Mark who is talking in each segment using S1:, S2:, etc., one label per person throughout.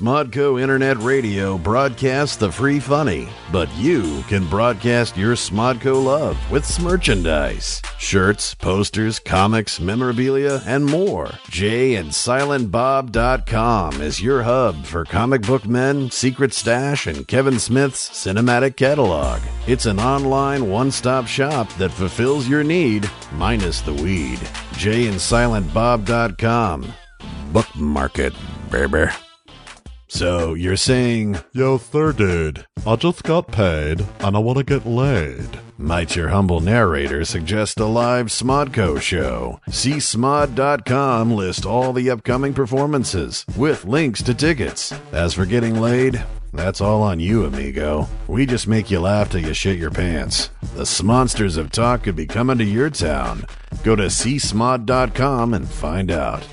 S1: Smodco Internet Radio broadcasts the free funny, but you can broadcast your Smodco love with merchandise. Shirts, posters, comics, memorabilia, and more. Jay and SilentBob.com is your hub for comic book men, Secret Stash, and Kevin Smith's cinematic catalog. It's an online one-stop shop that fulfills your need, minus the weed. Jay and SilentBob.com. Bookmark it, baby. So you're saying,
S2: Yo, third dude, I just got paid and I want to get laid.
S1: might your humble narrator suggest a live Smodco show? See Smod.com list all the upcoming performances with links to tickets. As for getting laid, that's all on you, amigo. We just make you laugh till you shit your pants. The Smonsters of Talk could be coming to your town. Go to csmod.com and find out.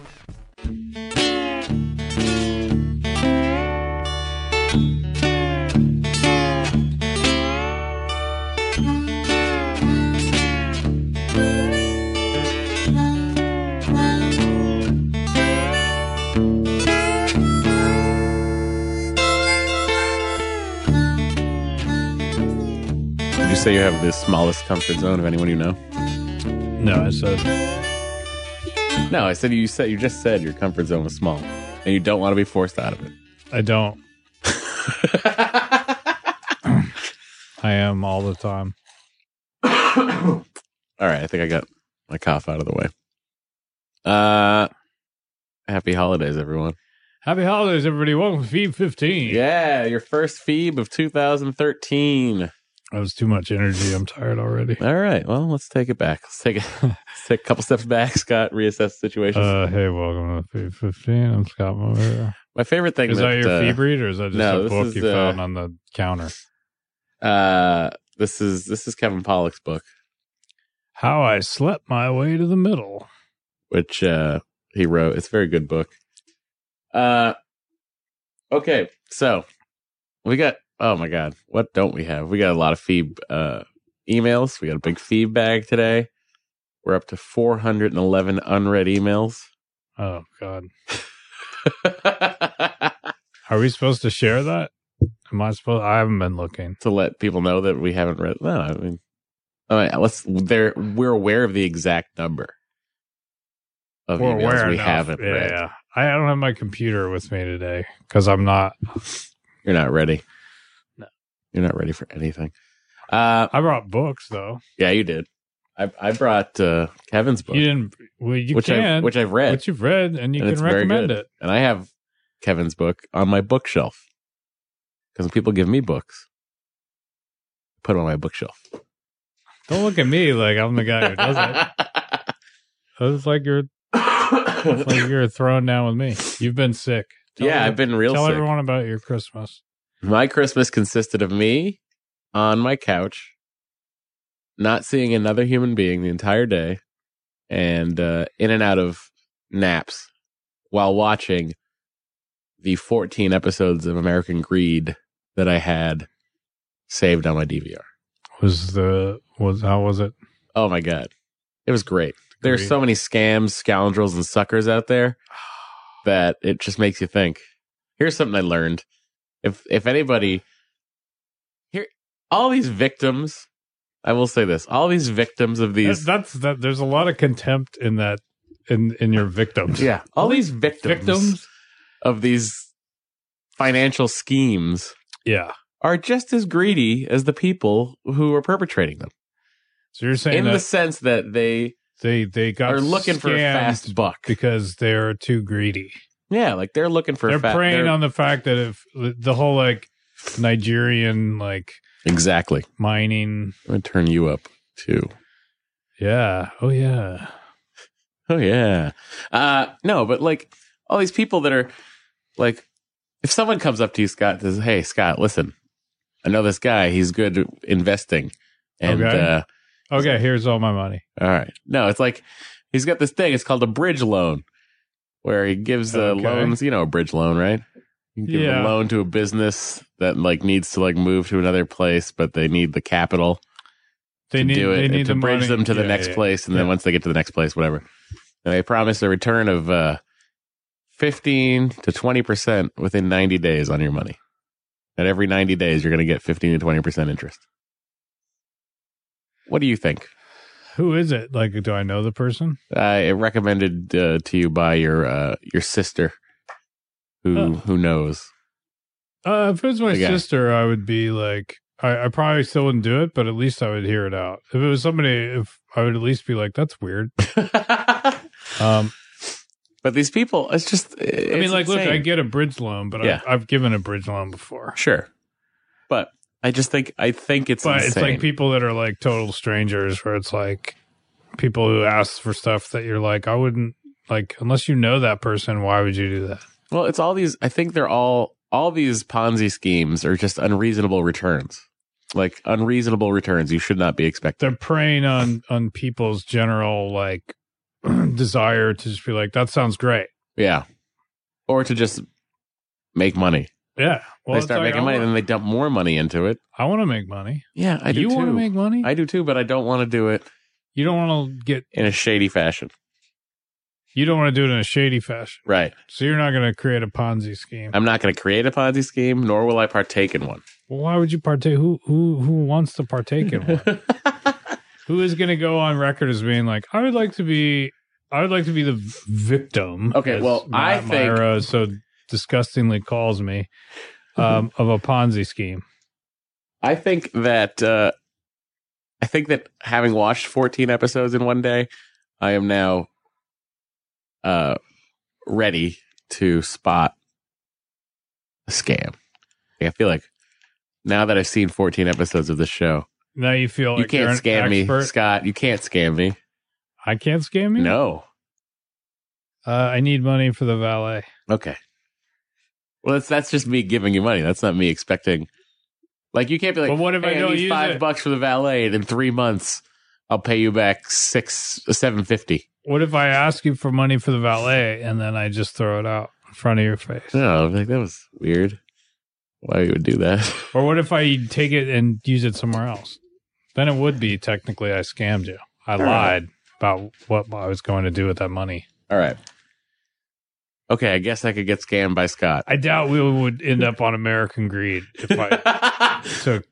S3: Did you say you have the smallest comfort zone of anyone you know?
S4: No, I said
S3: No, I said you said you just said your comfort zone was small, and you don't want to be forced out of it.
S4: I don't. I am all the time.
S3: All right, I think I got my cough out of the way. Uh, happy holidays, everyone.
S4: Happy holidays, everybody. Welcome to Feed 15.
S3: Yeah, your first Phoebe of 2013.
S4: That was too much energy. I'm tired already.
S3: All right, well, let's take it back. Let's take, it, let's take a couple steps back, Scott. Reassess the situation.
S4: Uh, hey, welcome to Feed 15. I'm Scott Moore.
S3: my favorite thing
S4: Is that your
S3: uh,
S4: feed read or is that just
S3: no,
S4: a
S3: this
S4: book
S3: is,
S4: you
S3: uh,
S4: found on the counter?
S3: Uh, this is this is Kevin Pollock's book,
S4: How I Slept My Way to the Middle.
S3: which uh, he wrote. It's a very good book. Uh, okay, so we got. Oh my God, what don't we have? We got a lot of feed uh, emails. We got a big feed bag today. We're up to 411 unread emails.
S4: Oh, God. Are we supposed to share that? Am I supposed? I haven't been looking.
S3: to let people know that we haven't read. No, I mean, all right, let's. There, we're aware of the exact number of
S4: We're
S3: emails
S4: aware
S3: we
S4: enough.
S3: haven't
S4: yeah,
S3: read.
S4: Yeah. I don't have my computer with me today because I'm not.
S3: You're not ready.
S4: No.
S3: you're not ready for anything. Uh,
S4: I brought books though.
S3: yeah, you did. I I brought uh, Kevin's book,
S4: You didn't. Well, you
S3: which I
S4: can.
S3: which I've read,
S4: which you've read, and you
S3: and
S4: can
S3: it's very
S4: recommend
S3: good.
S4: it.
S3: And I have Kevin's book on my bookshelf because people give me books, put them on my bookshelf.
S4: Don't look at me like I'm the guy who does it. It's like you're it's like you're thrown down with me. You've been sick. Tell
S3: yeah,
S4: everyone-
S3: I've been real
S4: Tell
S3: sick.
S4: everyone about your Christmas.
S3: My Christmas consisted of me on my couch, not seeing another human being the entire day, and uh, in and out of naps while watching the 14 episodes of American Greed that I had saved on my DVR.
S4: Was the was how was it?
S3: Oh my God. It was great. There's
S4: Greed.
S3: so many scams, scoundrels, and suckers out there that it just makes you think. Here's something I learned. If if anybody here all these victims, I will say this, all these victims of these
S4: That's that. There's a lot of contempt in that in in your victims.
S3: Yeah. All these victims,
S4: victims.
S3: of these financial schemes
S4: Yeah.
S3: are just as greedy as the people who are perpetrating them.
S4: So you're saying
S3: in
S4: that
S3: the sense that they
S4: they they got
S3: are looking for a
S4: scammed
S3: fast buck.
S4: because they're too greedy.
S3: Yeah, like they're looking for a
S4: they're
S3: fa-
S4: preying
S3: they're-
S4: on the fact that if the whole like Nigerian like
S3: Exactly.
S4: mining,
S3: I'm gonna turn you up too.
S4: yeah, oh yeah,
S3: Oh yeah. Uh no, but like all these people that are like if someone comes up to you, Scott, and says, Hey Scott, listen, I know this guy, he's good at investing. And
S4: Okay.
S3: uh
S4: okay, here's all my money.
S3: all right. No, it's like he's got this thing, it's called a bridge loan, where he gives uh,
S4: Okay.
S3: loans, you know, a bridge loan, right? You give
S4: Yeah.
S3: a loan to a business that like needs to like move to another place, but they need the capital.
S4: They
S3: to
S4: need
S3: do it
S4: they
S3: and
S4: need
S3: to
S4: the
S3: bridge
S4: money.
S3: them to the
S4: Yeah,
S3: next
S4: yeah.
S3: place, and then
S4: Yeah.
S3: once they get to the next place, whatever. And they promise a return of uh, 15 to 20% within 90 days on your money. And every 90 days, you're going to get 15 to 20% interest. What do you think?
S4: Who is it? Like, do I know the person?
S3: I recommended uh, to you by your uh, your sister, who
S4: Oh.
S3: who knows.
S4: Uh, if it was my
S3: The guy.
S4: sister, I would be like, I, I probably still wouldn't do it, but at least I would hear it out. If it was somebody, if I would at least be like, that's weird. Um,
S3: but these people, it's just.
S4: I mean, like, look, I get a bridge loan, but
S3: Yeah.
S4: I've, I've given a bridge loan before.
S3: sure, but I just think I think it's
S4: but
S3: insane.
S4: it's like people that are like total strangers, where it's like people who ask for stuff that you're like, I wouldn't like unless you know that person. Why would you do that?
S3: Well, it's all these. I think they're all all these Ponzi schemes are just unreasonable returns, like unreasonable returns. You should not be expecting.
S4: They're preying on on people's general like desire to just be like, that sounds great.
S3: Yeah, or to just make money.
S4: Yeah, well,
S3: they
S4: it's
S3: start
S4: like,
S3: making
S4: I
S3: money,
S4: wanna-
S3: then they dump more money into it.
S4: I want to make money.
S3: Yeah, I do
S4: you
S3: too.
S4: to make money?
S3: I do too, but I don't want to do it
S4: you don't want to get.
S3: in a shady fashion.
S4: You don't want to do it in a shady fashion.
S3: Right.
S4: So you're not going to create a Ponzi scheme.
S3: I'm not going to create a Ponzi scheme, nor will I partake in one.
S4: Well, why would you partake? Who who who wants to partake in one? who is going to go on record as being like, I would like to be, I would like to be the victim.
S3: Okay,
S4: as
S3: well, I
S4: Matt
S3: think-
S4: Myra so disgustingly calls me um, of a Ponzi scheme.
S3: I think that uh, I think that having watched 14 episodes in one day, I am now uh, ready to spot a scam. Like, I feel like now that I've seen 14 episodes of this show,
S4: Now you feel Oh, like
S3: you can't
S4: you're
S3: scam
S4: an expert.
S3: me, Scott. You can't scam me.
S4: I can't scam you.
S3: No.
S4: uh, I need money for the valet.
S3: Okay. Well, that's that's just me giving you money. That's not me expecting. Like you can't be like,
S4: But what if
S3: "Hey,
S4: I don't
S3: need
S4: use
S3: five
S4: it?"
S3: bucks for the valet, and in three months I'll pay you back six seven fifty.
S4: What if I ask you for money for the valet and then I just throw it out in front of your face?
S3: No, like that was weird. Why you would do that?
S4: Or what if I take it and use it somewhere else? Then it would be technically I scammed you. I
S3: right.
S4: lied about what I was going to do with that money.
S3: All right. Okay, I guess I could get scammed by Scott.
S4: I doubt we would end up on American Greed if I
S3: but
S4: took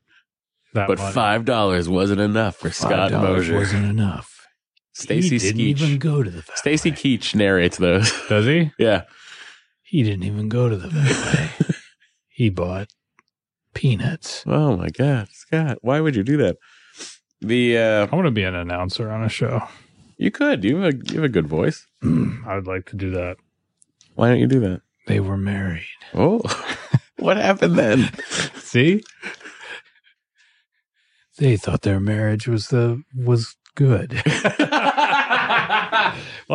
S4: that money.
S3: five dollars wasn't enough for Scott Mosier.
S1: wasn't enough.
S3: Stacy
S1: didn't even
S3: Keach.
S1: go to the valet.
S3: Stacy Keach narrates those.
S4: Does he?
S3: yeah.
S1: He didn't even go to the valet. he bought peanuts.
S3: Oh my God, Scott! Why would you do that? The uh,
S4: I want to be an announcer on a show.
S3: You could. You have a you have a good voice.
S4: I would like to do that.
S3: Why don't you do that?
S1: They were married.
S3: Oh, what happened then?
S4: See?
S1: They thought their marriage was the was good.
S4: Well,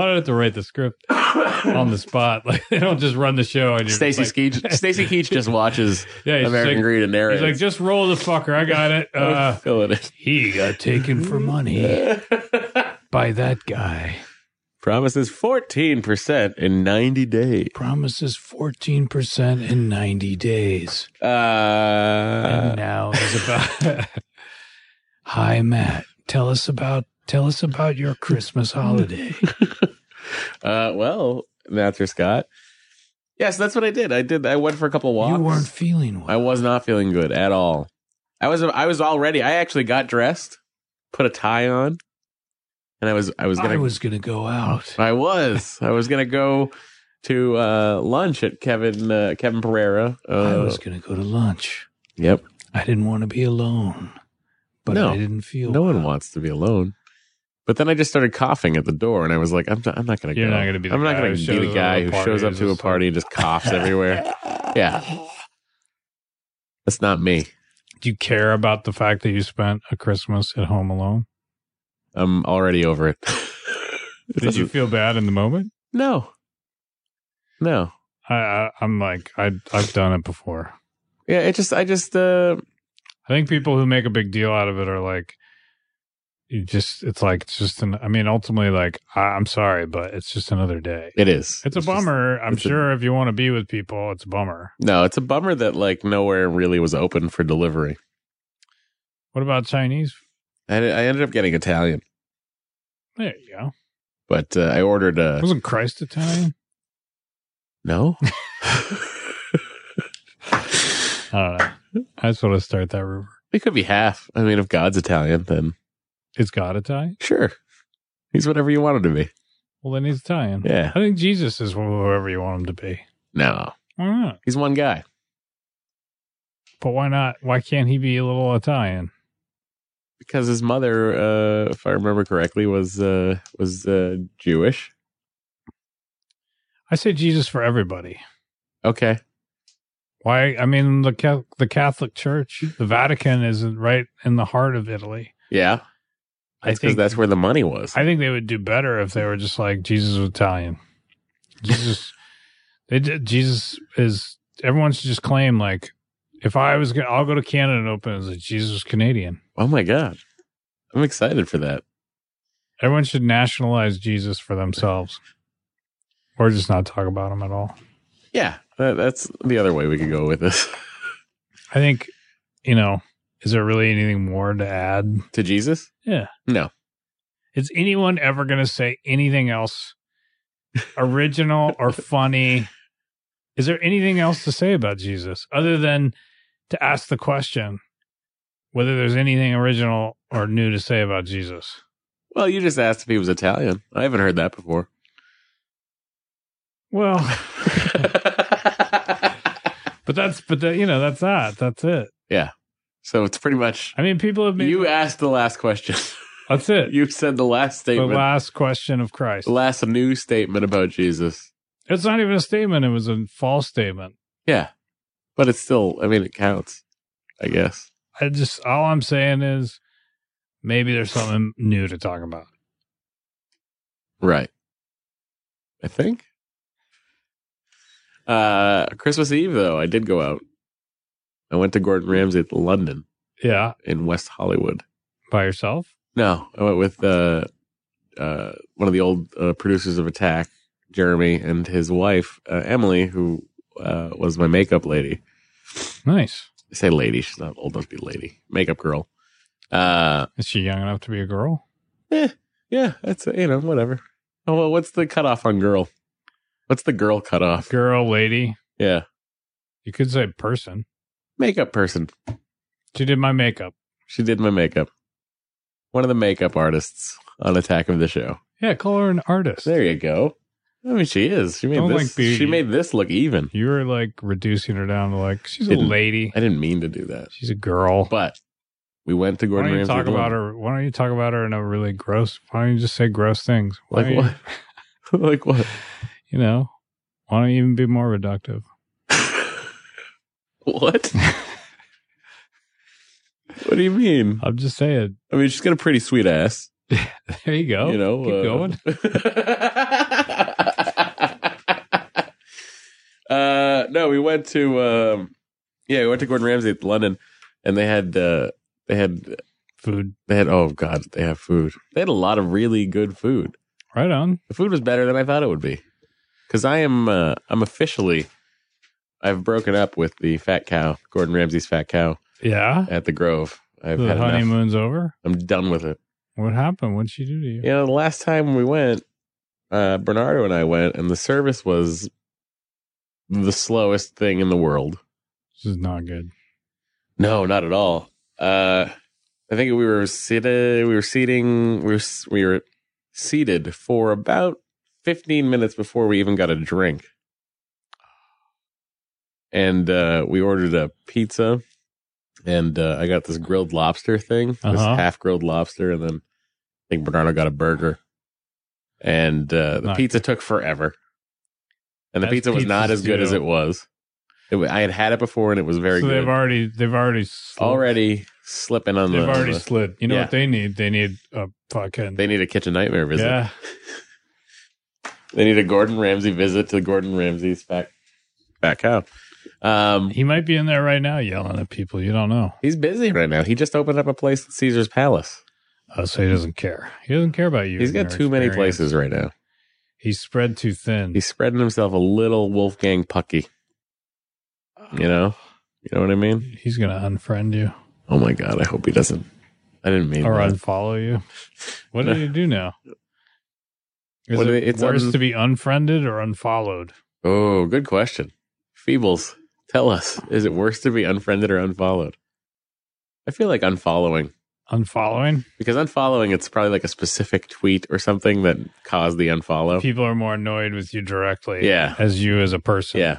S4: I don't have to write the script on the spot. Like they don't just run the show. And you're just
S3: Stacy
S4: like,
S3: Keach. Stacy Keach just watches
S4: Yeah, he's just
S3: American
S4: like-
S3: Greed and
S4: He's
S3: narrates.
S4: like, just roll the fucker. I got it.
S1: Oh,
S4: Uh,
S3: Fill it
S4: he got
S1: Taken for money
S3: in.
S1: by that guy.
S3: Promises fourteen percent in ninety days.
S1: Promises fourteen percent in ninety days.
S3: Uh,
S1: and now is about Hi Matt. Tell us about tell us about your Christmas holiday.
S3: uh, well, Matthew Scott. Yes, that's what I did. I did. I went for a couple walks.
S1: You weren't feeling well.
S3: I was not feeling good at all. I was I was already I actually got dressed, put a tie on, and I was I was gonna
S1: I
S3: Oh,
S1: was gonna go out.
S3: I was I was gonna go to uh, lunch at Kevin uh, Kevin Pereira.
S1: I
S3: Uh,
S1: was gonna go to lunch.
S3: yep.
S1: I didn't want to be alone. But
S3: No.
S1: I didn't feel
S3: No one
S1: well.
S3: wants to be alone. But then I just started coughing at the door, and I was like, "I'm not, I'm not gonna
S4: You're
S3: go.
S4: not gonna be the
S3: I'm not
S4: guy
S3: gonna
S4: who
S3: be
S4: shows
S3: the
S4: up
S3: guy
S4: at a
S3: who
S4: party
S3: shows up
S4: and
S3: to a
S4: just
S3: party and just coughs everywhere." Yeah, that's not me.
S4: do you care about the fact that you spent a Christmas at home alone?
S3: I'm already over it.
S4: Did you feel bad in the moment?
S3: No. No.
S4: I, I I'm like I I've done it before.
S3: Yeah, it just I just uh
S4: I think people who make a big deal out of it are like, you just it's like it's just an. I mean, ultimately, like I, I'm sorry, but it's just another day.
S3: it is.
S4: It's a
S3: just-
S4: bummer. I'm
S3: it's a-
S4: sure if you want to be with people, it's a bummer.
S3: no, it's a bummer that like nowhere really was open for delivery.
S4: What about Chinese?
S3: I, I ended up getting Italian,
S4: There you go.
S3: but uh, I ordered a
S4: Wasn't Christ Italian?
S3: No.
S4: I don't know. Uh, I just want to start that rumor.
S3: it could be half. I mean, if God's Italian, then
S4: It's God Italian?
S3: sure. He's whatever you want him to be.
S4: Well, then he's Italian.
S3: Yeah.
S4: I think Jesus is wh- whoever you want him to be.
S3: No.
S4: Why not?
S3: He's one guy.
S4: But why not? Why can't he be a little Italian?
S3: Because his mother, uh, if I remember correctly, was uh, was uh, Jewish.
S4: I say Jesus for everybody.
S3: Okay.
S4: Why? I mean, the Ca- the Catholic Church, the Vatican is right in the heart of Italy.
S3: Yeah.
S4: I
S3: That's 'cause
S4: think-
S3: that's where the money was.
S4: I think they would do better if they were just like Jesus was Italian. Jesus, they did, Jesus is everyone should just claim like, if I was gonna, I'll go to Canada and open as like Jesus was Canadian.
S3: oh my god. I'm excited for that.
S4: Everyone should nationalize Jesus for themselves, or just not talk about him at all.
S3: Yeah. That, that's the other way we could go with this.
S4: I think, you know, is there really anything more to add?
S3: to Jesus?
S4: Yeah.
S3: No.
S4: Is anyone ever going to say anything else original or funny? Is there anything else to say about Jesus other than to ask the question whether there's anything original or new to say about Jesus?
S3: Well, you just asked if he was Italian. I haven't heard that before.
S4: Well, but that's, but that, you know, that's that. That's it.
S3: so it's pretty much
S4: I mean, people have made,
S3: you asked the last question.
S4: that's it.
S3: you said the last
S4: the
S3: statement,
S4: last question of Christ.
S3: the last new statement about Jesus.
S4: It's not even a statement. It was a false statement.
S3: Yeah, but it's still. I mean, it counts, I guess.
S4: I just all I'm saying is maybe there's something new to talk about.
S3: Right. I think. Uh, Christmas Eve though, I did go out. I went to Gordon Ramsay at London
S4: Yeah,
S3: in West Hollywood.
S4: by yourself.
S3: No, I went with uh, uh, one of the old uh, producers of Attack, Jeremy, and his wife uh, Emily, who uh, was my makeup lady.
S4: Nice.
S3: I say lady; she's not old enough to be lady. Makeup girl. Uh,
S4: Is she young enough to be a girl?
S3: yeah, that's you know whatever. Oh well, what's the cutoff on girl? What's the girl cutoff?
S4: Girl, lady.
S3: Yeah,
S4: You could say person.
S3: makeup person.
S4: She did my makeup.
S3: She did my makeup. One of the makeup artists on Attack of the Show.
S4: Yeah, call her an artist.
S3: There you go. I mean, she is. She made
S4: Don't like
S3: this.
S4: beauty.
S3: she made this look even.
S4: You were like reducing her down to like she's a
S3: Didn't.
S4: lady.
S3: I didn't mean to do that.
S4: She's a girl.
S3: But we went to
S4: Why
S3: Gordon
S4: don't you
S3: Ramsay.
S4: talk about her? Why don't you talk about her in a really gross? Why don't you just say gross things? Why
S3: Like
S4: don't you-
S3: what? like what?
S4: You know. Why don't you even be more reductive?
S3: what? what do you mean?
S4: I'm just saying.
S3: I mean, she's got a pretty sweet ass.
S4: There you go.
S3: you know,
S4: Oh, keep
S3: uh,
S4: going.
S3: uh, no, we went to um, yeah, we went to Gordon Ramsay at London, and they had uh, they had
S4: Food.
S3: they had oh god, they have food. They had a lot of really good food.
S4: Right on.
S3: The food was better than I thought it would be. Cuz I am uh, I'm officially I've broken up with the fat cow, Gordon Ramsay's fat cow
S4: Yeah.
S3: at the Grove. I've
S4: the
S3: had enough.
S4: honeymoon's over.
S3: I'm done with it.
S4: What happened? What'd she do to you?
S3: You know, the last time we went, uh Bernardo and I went and the service was the slowest thing in the world.
S4: This is not good.
S3: No, not at all. Uh I think we were seated we were seating we were s- we were seated for about 15 minutes before we even got a drink. And uh we ordered a pizza and uh I got this grilled lobster thing, this
S4: Uh-huh.
S3: half grilled lobster and then I think Bernardo got a burger. And uh the
S4: Not
S3: pizza took forever. And the
S4: As
S3: pizza was not
S4: pizzas
S3: as good as
S4: do.
S3: it was. It, wa- I had had it before and it was very
S4: so
S3: good
S4: they've already they've already sl-
S3: already slipping on
S4: they've
S3: the.
S4: already
S3: on the-
S4: slid. You know
S3: Yeah.
S4: what they need? They need a fucking
S3: they need a kitchen nightmare visit.
S4: yeah.
S3: They need a Gordon Ramsay visit to Gordon Ramsay's back back cow. Um,
S4: He might be in there right now yelling at people. You don't know.
S3: he's busy right now. He just opened up a place at Caesar's Palace.
S4: Uh, so he doesn't care. He doesn't care about you.
S3: He's
S4: and
S3: got
S4: your
S3: too many
S4: experience.
S3: places right now.
S4: He's spread too thin.
S3: He's spreading himself a little Wolfgang Pucky. You know, you know what I mean.
S4: He's gonna unfriend you
S3: Oh my god, I hope he doesn't. I didn't mean.
S4: or
S3: that.
S4: unfollow you. What do you do now? Is
S3: What do
S4: it
S3: they- it's
S4: worse
S3: un-
S4: to be unfriended or unfollowed?
S3: Oh, good question. Feebles, tell us, is it worse to be unfriended or unfollowed? I feel like unfollowing
S4: Unfollowing
S3: because unfollowing, it's probably like a specific tweet or something that caused the unfollow.
S4: people are more annoyed with you directly,
S3: Oh. Yeah.
S4: as you as a person.
S3: Yeah.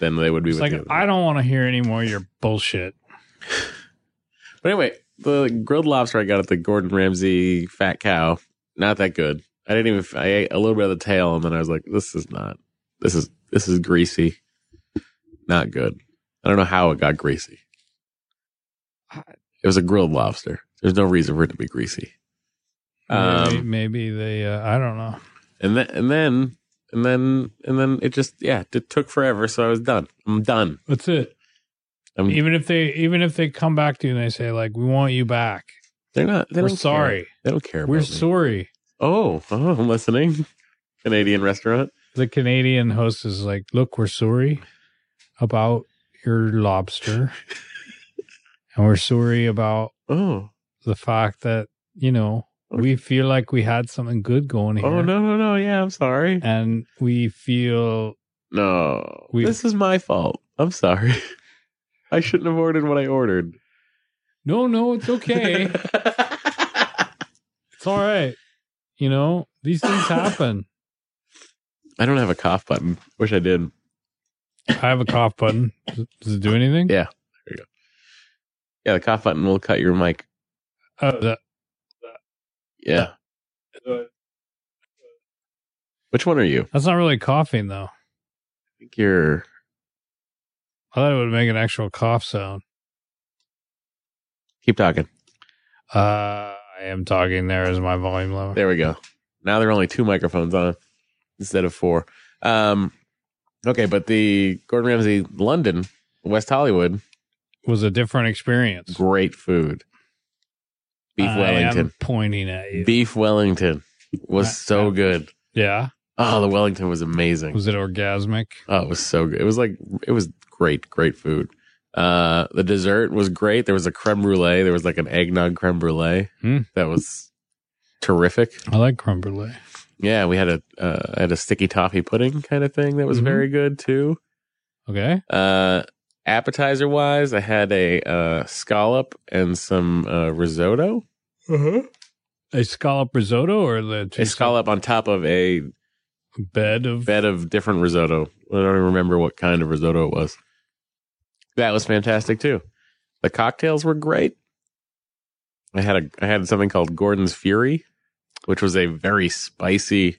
S3: Then they would be
S4: it's
S3: with
S4: like
S3: the other
S4: I don't want to hear any more of your bullshit.
S3: But anyway, the grilled lobster I got at the Gordon Ramsay Fat Cow, not that good. I didn't even. I ate a little bit of the tail, and then I was like, "This is not. This is this is greasy. Not good. I don't know how it got greasy. It was a grilled lobster. There's no reason for it to be greasy.
S4: Maybe,
S3: Um,
S4: maybe they, uh, I don't know.
S3: and then and then and then and then it just yeah, it took forever. So I was done. I'm done.
S4: That's it.
S3: I'm,
S4: Even if they, even if they come back to you and they say like, "We want you back,"
S3: they're not. They
S4: we're
S3: don't care.
S4: sorry,
S3: They don't care.
S4: we're
S3: about me.
S4: sorry.
S3: Oh, oh, I'm listening. Canadian restaurant.
S4: The Canadian host is like, "Look, we're sorry about your lobster, and we're sorry about
S3: Oh,
S4: the fact that you know we feel like we had something good going here.
S3: oh no, no, no. Yeah, I'm sorry.
S4: And we feel
S3: No,
S4: Uh, We-
S3: this is my fault. I'm sorry. I shouldn't have ordered what I ordered.
S4: no, no, it's okay. it's all right. You know, these things happen.
S3: I don't have a cough button. Wish I did.
S4: I have a cough button. Does does it do anything?
S3: Yeah. Yeah, the cough button will cut your mic.
S4: Oh, the-
S3: Yeah. Which one are you? I
S4: that's not really coughing though.
S3: think you're.
S4: I thought it would make an actual cough sound.
S3: Keep talking.
S4: Uh, I am talking there as my volume lower.
S3: There we go. Now there are only two microphones on instead of four. Um, okay, but the Gordon Ramsay London, West Hollywood,
S4: Was a different experience.
S3: great food. Beef
S4: I
S3: Wellington.
S4: am pointing at you.
S3: Beef Wellington was
S4: That-
S3: so
S4: that-
S3: good.
S4: yeah.
S3: Oh, the Wellington was amazing.
S4: Was it orgasmic?
S3: Oh, it was so good. It was like it was great, great food. Uh, the dessert was great. There was a creme brulee. There was like an eggnog creme brulee
S4: Hmm.
S3: that was terrific.
S4: I like creme brulee.
S3: Yeah, we had a uh, I had a sticky toffee pudding kind of thing that was
S4: Mhm.
S3: very good too.
S4: Okay.
S3: Uh, appetizer wise, I had a uh, scallop and some uh, risotto.
S4: A scallop risotto or the
S3: A scallop on top of a
S4: bed of
S3: bed of different risotto. I don't even remember what kind of risotto it was. That was fantastic too. The cocktails were great. I had a I had something called Gordon's Fury, which was a very spicy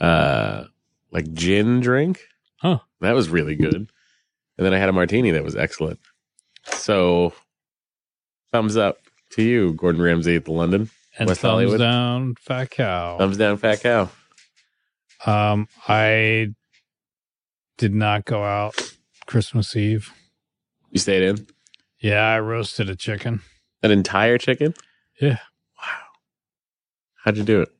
S3: uh like gin drink.
S4: Huh.
S3: That was really good. And then I had a martini that was excellent. So thumbs up to you, Gordon Ramsay at the London.
S4: and
S3: West
S4: thumbs
S3: Hollywood.
S4: down fat cow.
S3: Thumbs down fat cow.
S4: Um, I did not go out Christmas Eve.
S3: You stayed in?
S4: Yeah, I roasted a chicken.
S3: An entire chicken?
S4: Yeah.
S3: Wow. How'd you do it?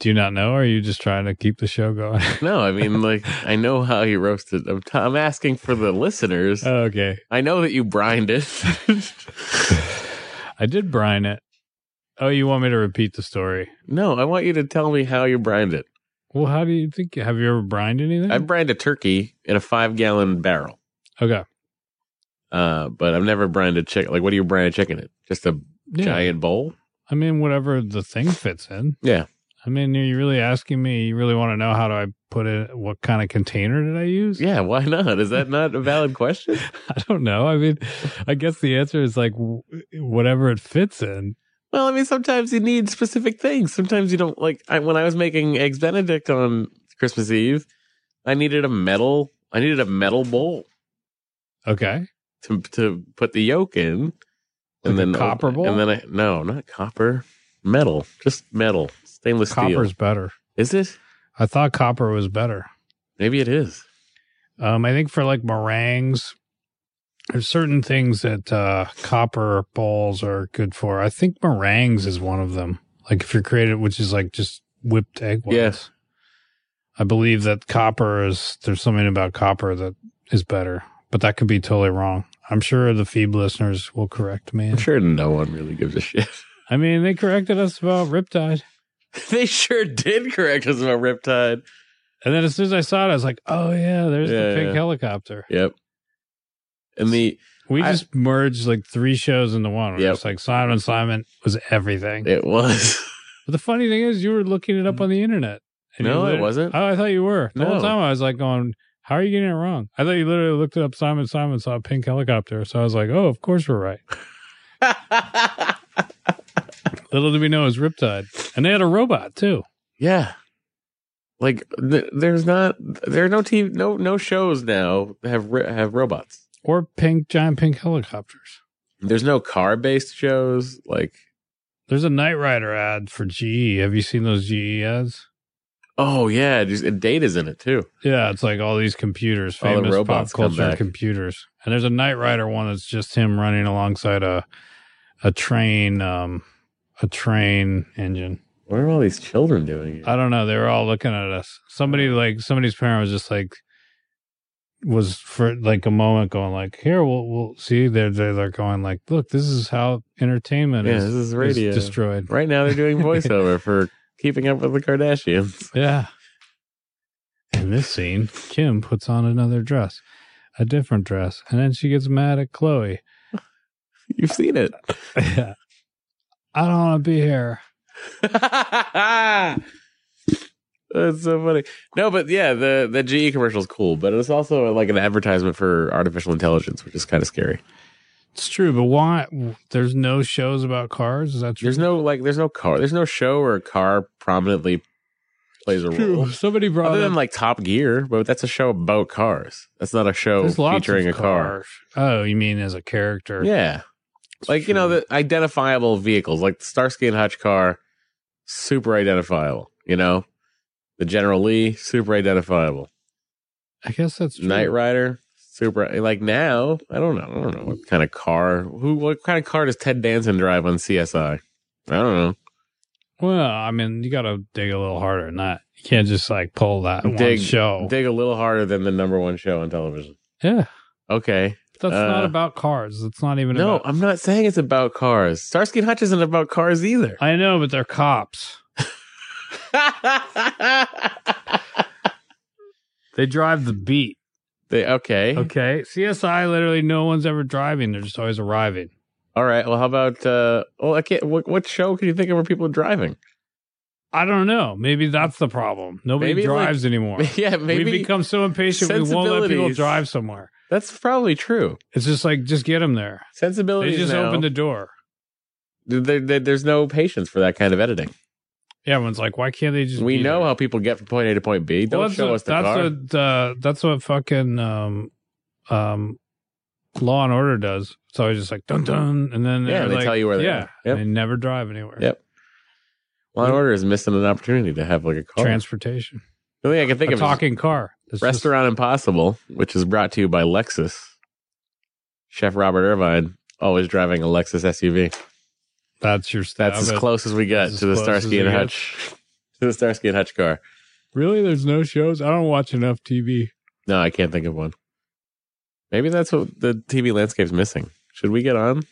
S4: Do you not know? Or are you just trying to keep the show going?
S3: No, I mean, like, I know how you roasted. I'm, t- I'm asking for the listeners.
S4: Oh, okay.
S3: I know that you brined it.
S4: I did brine it. Oh, you want me to repeat the story?
S3: no, I want you to tell me how you brined it.
S4: Well, how do you think? Have you ever brined anything?
S3: I brined a turkey in a five gallon barrel,
S4: okay.
S3: uh, but I've never brined a chicken. Like, what do you brine a chicken in? Just a
S4: Yeah.
S3: giant bowl?
S4: I mean, whatever the thing fits in.
S3: Yeah.
S4: I mean, are you really asking me? You really want to know how do I put it? What kind of container did I use?
S3: Yeah, why not? Is that not a valid question?
S4: I don't know. I mean, I guess the answer is like w- whatever it fits in.
S3: Well, I mean, sometimes you need specific things. Sometimes you don't like. I, when I was making eggs Benedict on Christmas Eve, I needed a metal. I needed a metal bowl
S4: Okay.
S3: to to put the yolk in,
S4: Like a copper bowl?
S3: And then I no, not copper, metal, just metal, stainless
S4: Copper's
S3: steel.
S4: better.
S3: Is it?
S4: I thought copper was better.
S3: Maybe it is.
S4: Um, I think for like meringues, there's certain things that uh, copper balls are good for. I think meringues is one of them. Like if you're creative, which is like just whipped egg whites.
S3: Yes.
S4: I believe that copper is there's something about copper that is better, but that could be totally wrong. I'm sure the feed listeners will correct me.
S3: I'm sure no one really gives a shit.
S4: I mean, they corrected us about Riptide.
S3: they sure did correct us about Riptide.
S4: And then as soon as I saw it, I was like, oh, yeah, there's the
S3: Yeah,
S4: pig
S3: yeah.
S4: helicopter.
S3: Yep. And the
S4: We
S3: I-
S4: just merged like three shows into one. We're
S3: Yep.
S4: just like Simon and Simon was everything.
S3: it was
S4: But the funny thing is, you were looking it up on the internet. you
S3: Mm. No, I
S4: literally-
S3: wasn't.
S4: Oh, I thought you were. The whole
S3: No.
S4: time I was like going, how are you getting it wrong? I thought you literally looked it up Simon Simon saw a pink helicopter. So I was like, oh, of course we're right. Little did we know it was Riptide. And they had a robot too.
S3: yeah. Like th- there's not there are no TV no no shows now that have ri- have robots.
S4: Or pink, giant pink helicopters.
S3: There's no car based shows like
S4: There's a Knight Rider ad for GE. Have you seen those GE ads?
S3: oh yeah, just, and Data's in it too.
S4: Yeah, it's like all these computers,
S3: All the
S4: famous pop
S3: robots come
S4: culture
S3: back.
S4: computers. And there's a Knight Rider one that's just him running alongside a a train, um, a train engine.
S3: What are all these children doing? Here?
S4: I don't know. They were all looking at us. Somebody like somebody's parent was just like was for like a moment going like, here we'll we'll see. They're they're going like, look, this is how entertainment
S3: yeah,
S4: is,
S3: this is
S4: is
S3: radio.
S4: destroyed.
S3: right now they're doing voiceover for Keeping Up with the Kardashians.
S4: Yeah. In this scene, Kim puts on another dress, a different dress, and then she gets mad at Chloe.
S3: You've seen it.
S4: Yeah. I don't want to be here.
S3: That's so funny. No, but yeah, the the GE commercial is cool, but it's also like an advertisement for artificial intelligence, which is kind of scary.
S4: It's true, but why? There's no shows about cars. Is that true?
S3: There's no like, there's no car, there's no show where a car prominently plays a role.
S4: Somebody brought
S3: Other
S4: up.
S3: than like Top Gear, but that's a show about cars. That's not a show
S4: there's lots
S3: oh, featuring
S4: of
S3: a car.
S4: cars. Oh, you mean as a character?
S3: Yeah,
S4: It's
S3: like you know
S4: true.
S3: the identifiable vehicles, like the Starsky and Hutch car, super identifiable. You know, the General Lee, super identifiable.
S4: I guess that's true.
S3: Night Rider, super. Like now, I don't know. I don't know what kind of car. Who? What kind of car does Ted Danson drive on CSI? I don't know.
S4: Well, I mean, you got to dig a little harder than that. You can't just like pull that one
S3: Dig-
S4: show.
S3: Dig a little harder than the number one show on television.
S4: yeah,
S3: Okay.
S4: that's not
S3: Uh,
S4: about cars. That's not even.
S3: No,
S4: about-
S3: I'm not saying it's about cars. Starsky and Hutch isn't about cars either.
S4: I know, but they're cops. They drive the beat.
S3: they okay.
S4: Okay. CSI, literally, no one's ever driving. They're just always arriving.
S3: All right. Well, how about? uh Well, I can't. What, what show can you think of where people are driving?
S4: I don't know. Maybe that's the problem. Nobody
S3: Maybe, like-
S4: drives anymore.
S3: yeah,
S4: we
S3: maybe
S4: become so impatient we won't let people
S3: sensibilities.
S4: drive somewhere.
S3: that's probably true.
S4: It's just like, just get them there.
S3: Sensibilities.
S4: They just
S3: now,
S4: open the door.
S3: there, there- there's no patience for that kind of editing.
S4: Yeah, everyone's like, why can't they just?
S3: We
S4: be
S3: know
S4: there?
S3: how people get from point A to point B. Don't
S4: Well, that's
S3: show
S4: what-
S3: us the
S4: that's
S3: car.
S4: What, uh, that's what fucking um, um, Law and Order does. It's always just like dun dun, and then
S3: Yeah,
S4: they're
S3: they
S4: like,
S3: tell you where they
S4: yeah,
S3: are. Yep.
S4: they never drive anywhere.
S3: Yep. Law and Order is missing an opportunity to have like a car.
S4: Transportation,
S3: the only thing I can think
S4: a
S3: of
S4: talking car, It's
S3: is
S4: just-
S3: Restaurant Impossible, which is brought to you by Lexus. Chef Robert Irvine always driving a Lexus SUV.
S4: that's your stab.
S3: That's
S4: at-
S3: as close as we got
S4: that's
S3: to the
S4: as close
S3: Starsky
S4: as
S3: and
S4: it
S3: Hutch. To the Starsky and Hutch car.
S4: Really, there's no shows. I don't watch enough TV.
S3: No, I can't think of one. Maybe that's what the TV landscape's missing. Should we get on?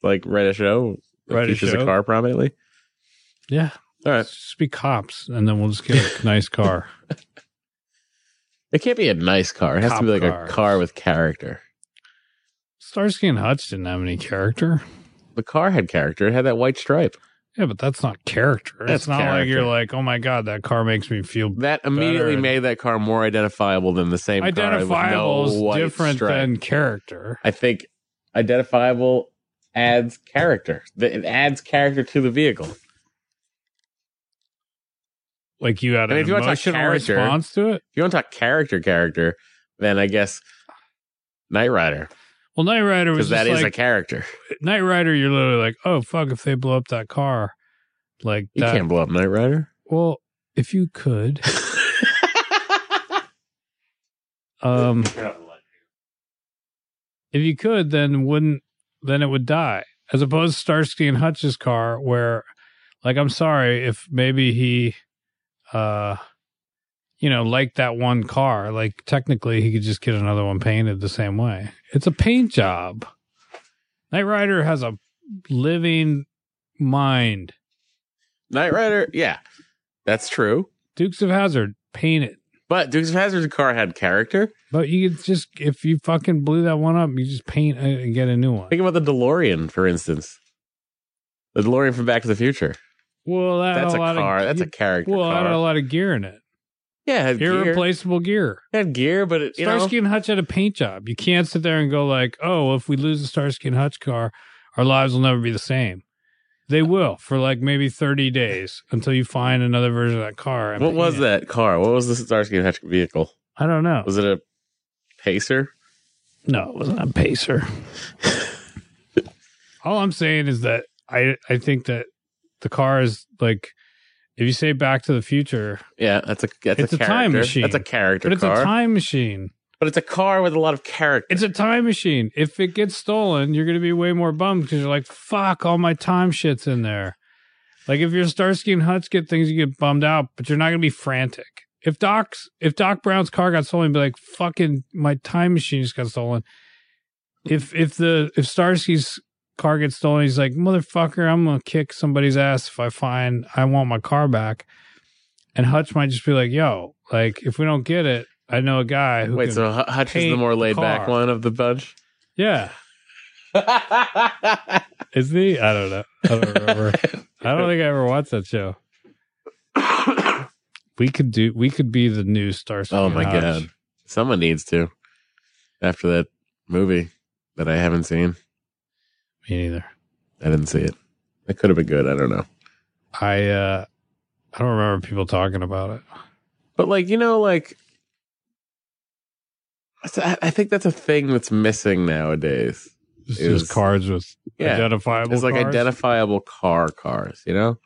S3: Like write a show that
S4: Write a
S3: features
S4: show?
S3: a car prominently?
S4: Yeah,
S3: All right.
S4: just be cops, and then we'll just get a nice car.
S3: It can't be a nice car. It has
S4: Cop
S3: to be like
S4: cars.
S3: a car with character.
S4: Starsky and Hutch didn't have any character.
S3: The car had character. It had that white stripe.
S4: Yeah, but that's not character. it's
S3: That's
S4: not like
S3: character.
S4: you're like, oh my god, that car makes me feel
S3: That immediately
S4: Better.
S3: made that car more identifiable than the same car
S4: identifiable
S3: with
S4: is
S3: no white
S4: different
S3: stripe.
S4: than character.
S3: I think identifiable adds character. Th- It adds character to the vehicle.
S4: Like you had
S3: I mean,
S4: an
S3: if you want to talk
S4: emotional
S3: character-
S4: response to it.
S3: If you want to talk character, character, then I guess Knight Rider,
S4: Well, Knight Rider
S3: because
S4: was
S3: that
S4: just
S3: is a
S4: like
S3: character.
S4: Knight Rider. You're literally like, oh fuck, if they blow up that car, like
S3: You
S4: that.
S3: can't blow up Knight Rider.
S4: Well, if you could, um, if you could, then wouldn't then it would die. As opposed to Starsky and Hutch's car, where, like, I'm sorry if maybe he, uh, you know, liked that one car. Like, technically, he could just get another one painted the same way. It's a paint job. Knight Rider has a living mind.
S3: Knight Rider, yeah, that's true.
S4: Dukes of Hazard, paint it.
S3: But Dukes of Hazzard's car had character.
S4: But you could just if you fucking blew that one up, you just paint it and get a new one.
S3: Think about the DeLorean, for instance. The DeLorean from Back to the Future.
S4: Well, that
S3: That's
S4: had
S3: a,
S4: a, lot
S3: car.
S4: Of,
S3: That's a character
S4: well, that
S3: car.
S4: had a lot of gear in it.
S3: yeah, it had gear.
S4: Irreplaceable gear.
S3: It had gear, but it, you know,
S4: Starsky and Hutch had a paint job. You can't sit there and go like, "Oh, well, if we lose the Starsky and Hutch car, our lives will never be the same." They will for like maybe thirty days until you find another version of that car. and
S3: what
S4: paint
S3: was
S4: it.
S3: that car? What was the Starsky and Hutch vehicle?
S4: I don't know.
S3: Was it a Pacer?
S4: No, it wasn't a pacer. All I'm saying is that I I think that the car is like if you say Back to the Future,
S3: Yeah, that's a that's
S4: It's
S3: a
S4: a time
S3: character.
S4: machine.
S3: That's a character
S4: but it's
S3: car.
S4: a time machine.
S3: but it's a car with a lot of character.
S4: It's a time machine. If it gets stolen, you're going to be way more bummed because you're like, fuck, all my time shit's in there. Like if your Starsky and Hutch get things, you get bummed out, but you're not going to be frantic. If Doc's, if Doc Brown's car got stolen, you'd be like, fucking, my time machine just got stolen. If if the if Starsky's car gets stolen, he's like, motherfucker, I'm gonna kick somebody's ass if I find I want my car back. And Hutch might just be like, yo, like if we don't get it, I know a guy who
S3: Wait,
S4: can-
S3: so H- Hutch is the
S4: paint
S3: more
S4: the
S3: laid back
S4: car.
S3: one of the bunch?
S4: yeah. Is he? I don't know. I don't remember. I don't think I ever watched that show. We could do. We could be the new Star.
S3: Oh my god. Someone needs to. After that movie that I haven't seen.
S4: Me neither.
S3: I didn't see it. It could have been good, I don't know.
S4: I uh I don't remember people talking about it.
S3: But like, you know, like that's- I I think that's a thing that's missing nowadays.
S4: It's
S3: It was-
S4: just cards with
S3: Yeah.
S4: identifiable.
S3: It's like
S4: cars.
S3: identifiable car cars, you know?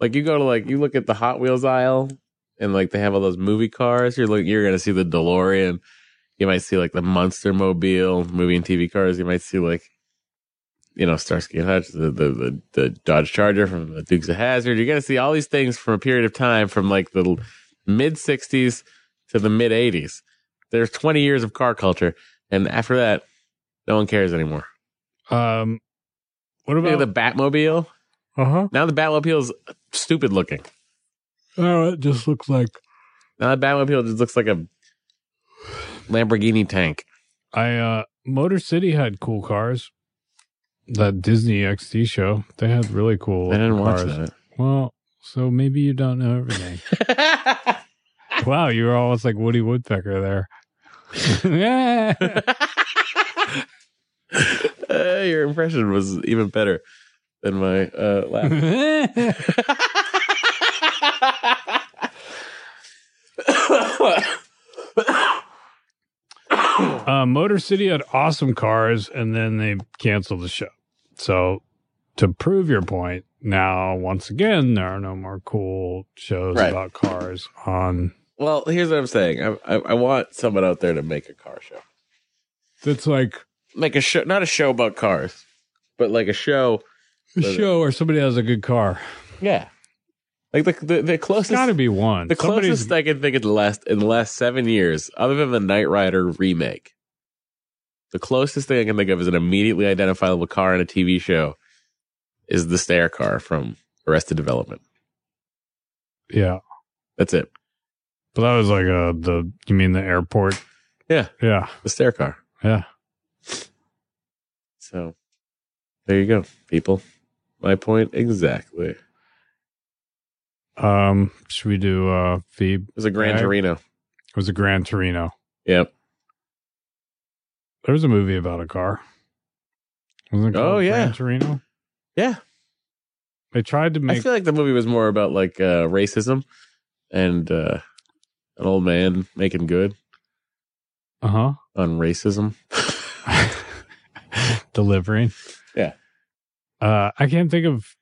S3: Like you go to like you look at the Hot Wheels aisle and like they have all those movie cars. You're like you're gonna see the DeLorean. You might see like the Monster Mobile movie and TV cars. You might see like you know Starsky and Hutch, the the the, the Dodge Charger from the Dukes of Hazard. You're gonna see all these things from a period of time from like the mid '60s to the mid '80s. There's 20 years of car culture, and after that, no one cares anymore.
S4: Um, what
S3: Look at
S4: about
S3: the Batmobile.
S4: Uh huh.
S3: Now the Batmobile is stupid looking.
S4: Oh, it just looks like
S3: Now the Batmobile just looks like a Lamborghini tank.
S4: I uh Motor City had cool cars. That Disney XD show, they had really cool.
S3: I didn't watch
S4: cars. Well, so maybe you don't know everything.
S3: that.
S4: wow, you were almost like Woody Woodpecker there. yeah.
S3: Uh, your impression was even better than my uh, laugh.
S4: uh, Motor City had awesome cars, and then they canceled the show. So, to prove your point, now once again there are no more cool shows
S3: Right.
S4: about cars on.
S3: well, here's what I'm saying. I, I, I want someone out there to make a car show.
S4: That's like
S3: Like a show, not a show about cars, but like a show.
S4: a
S3: But-
S4: show where somebody has a good car.
S3: Yeah. Like the the, the
S4: It's got
S3: closest
S4: to be one.
S3: The closest I can think of the last in the last seven years, other than the Knight Rider remake, the closest thing I can think of is an immediately identifiable car in a TV show is the stair car from Arrested Development.
S4: yeah,
S3: That's it.
S4: but that was like uh the you mean the airport?
S3: Yeah.
S4: yeah,
S3: The stair car.
S4: yeah.
S3: So there you go, people. My point exactly. It
S4: Um, should we do uh the it
S3: was a Gran
S4: Right.
S3: Torino.
S4: was a Gran Torino?
S3: Yep.
S4: There was a movie about a car. Wasn't it
S3: Oh,
S4: called
S3: yeah.
S4: Gran Torino?
S3: Yeah.
S4: They tried to
S3: I
S4: make
S3: feel like the movie was more about like uh, racism and uh, an old man making good
S4: uh
S3: on racism.
S4: huh delivering.
S3: Yeah.
S4: Uh I can't think of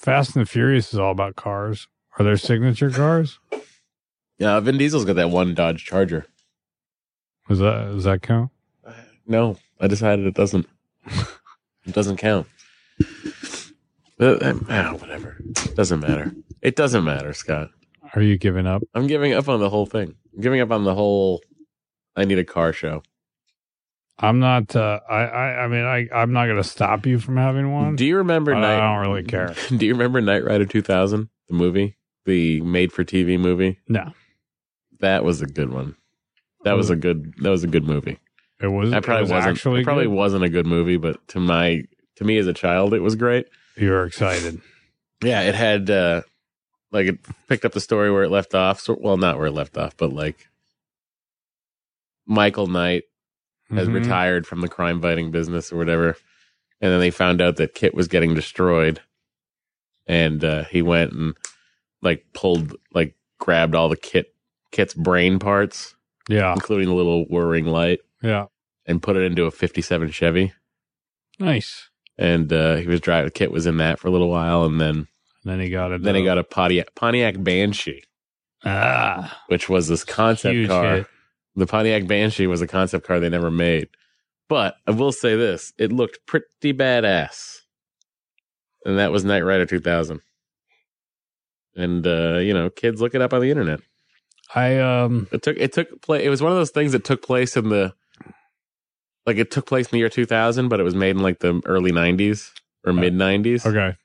S4: Fast and the Furious is all about cars. Are there signature cars?
S3: Yeah, Vin Diesel's got that one Dodge Charger.
S4: Is that does that count?
S3: No, I decided it doesn't. it doesn't count. Uh, um, ah, whatever. Doesn't matter. It doesn't matter, Scott.
S4: Are you giving up?
S3: I'm giving up on the whole thing. I'm giving up on the whole. I need a car show.
S4: I'm not uh I I, I mean I I'm not gonna stop you from having one.
S3: Do you remember?
S4: I, I
S3: Night,
S4: don't really care.
S3: do you remember Knight Rider 2000, the movie, the made-for-TV movie?
S4: No.
S3: That was a good one. That was a good. That was a good movie.
S4: It was.
S3: That probably
S4: it was
S3: wasn't.
S4: actually.
S3: it probably
S4: good.
S3: wasn't a good movie, but to my to me as a child, it was great.
S4: you were excited.
S3: Yeah, it had uh like it picked up the story where it left off. So, well, not where it left off, but like Michael Knight has
S4: Mhm.
S3: retired from the crime fighting business or whatever. And then they found out that Kit was getting destroyed. And uh, he went and like pulled, like grabbed all the Kit Kit's brain parts,
S4: Yeah.
S3: including the little whirring light,
S4: Yeah.
S3: and put it into a 57 Chevy.
S4: Nice.
S3: And uh, he was driving, Kit was in that for a little while. And then,
S4: And then he got it.
S3: then he got a Pontiac, Pontiac Banshee,
S4: ah
S3: which was this concept
S4: huge
S3: car.
S4: hit.
S3: The Pontiac Banshee was a concept car they never made. But I will say this it looked pretty badass. And that was Knight Rider 2000. And, uh, you know, kids look it up on the internet.
S4: I um.
S3: It took, it took place, it was one of those things that took place in the, like, it took place in the year 2000, but it was made in like the early 90s or mid 90s.
S4: Uh, Okay.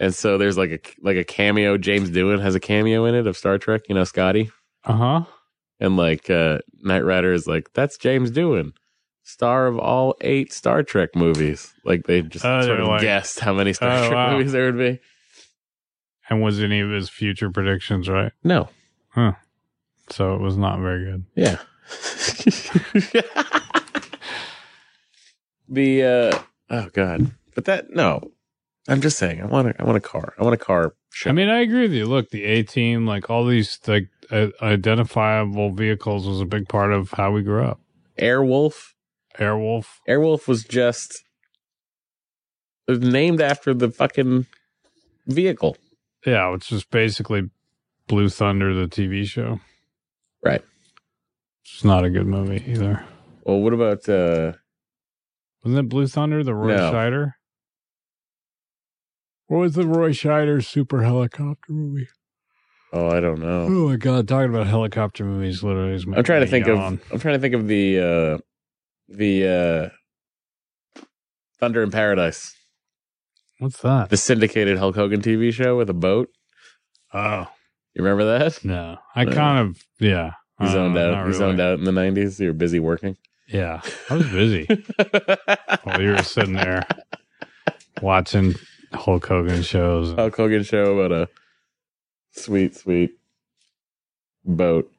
S3: And so there's like a, like a cameo. James Doohan has a cameo in it of Star Trek, you know, Scotty.
S4: Uh huh.
S3: And like uh Knight Rider is like, that's James Doohan, star of all eight Star Trek movies. Like they just
S4: Oh,
S3: sort
S4: they're
S3: of
S4: like-
S3: guessed how many Star
S4: Oh,
S3: Trek
S4: wow.
S3: movies there would be.
S4: And was any of his future predictions right?
S3: No.
S4: So it was not very good.
S3: Yeah. the uh oh god. But that no. I'm just saying I want a I want a car. I want a car show.
S4: I mean, I agree with you. Look, the A team, like all these like uh, identifiable vehicles, was a big part of how we grew up.
S3: Airwolf.
S4: Airwolf.
S3: Airwolf was just it was named after the fucking vehicle.
S4: Yeah, which is basically Blue Thunder, the TV show.
S3: Right.
S4: It's not a good movie either.
S3: Well, what about uh
S4: Wasn't it Blue Thunder, the Roy
S3: No.
S4: Scheider? What was the Roy Scheider super helicopter movie?
S3: oh I don't know.
S4: Oh my god, talking about helicopter movies literally is
S3: I'm trying to think
S4: making me
S3: of I'm trying to think of the uh the uh Thunder in Paradise.
S4: what's that?
S3: The syndicated Hulk Hogan TV show with a boat.
S4: Oh
S3: You remember that?
S4: no, I
S3: Uh,
S4: kind of yeah.
S3: You
S4: Uh,
S3: zoned out.
S4: not
S3: You zoned
S4: really.
S3: out in the 90s. You were busy working.
S4: Yeah, I was busy while you were sitting there watching Hulk Hogan shows.
S3: Hulk Hogan show about a sweet, sweet boat.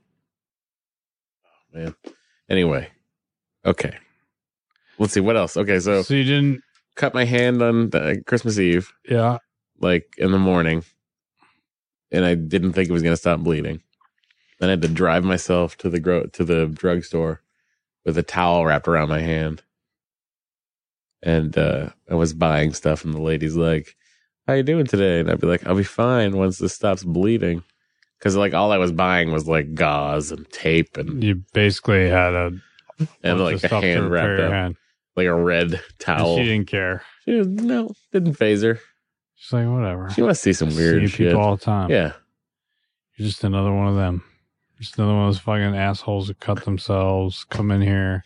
S3: Oh, man. Anyway, okay. Let's see what else. Okay, so
S4: so you didn't,
S3: cut my hand on uh, Christmas Eve.
S4: yeah.
S3: like in the morning and I didn't think it was going to stop bleeding. Then I had to drive myself to the gro- to the drugstore with a towel wrapped around my hand. And uh, I was buying stuff and the lady's like, "How you doing today?" And I'd be like, "I'll be fine once this stops bleeding." Cuz like all I was buying was like gauze and tape and
S4: You basically had a
S3: and
S4: bunch of
S3: like a
S4: stuff to
S3: hand
S4: repair
S3: wrapped
S4: your
S3: up
S4: hand.
S3: like a red
S4: And
S3: towel.
S4: she didn't care.
S3: She was- no, didn't phase her.
S4: She's like, whatever.
S3: She must see some weird
S4: See
S3: shit.
S4: people all the time.
S3: Yeah.
S4: You're just another one of them. Just another one of those fucking assholes that cut themselves, come in here,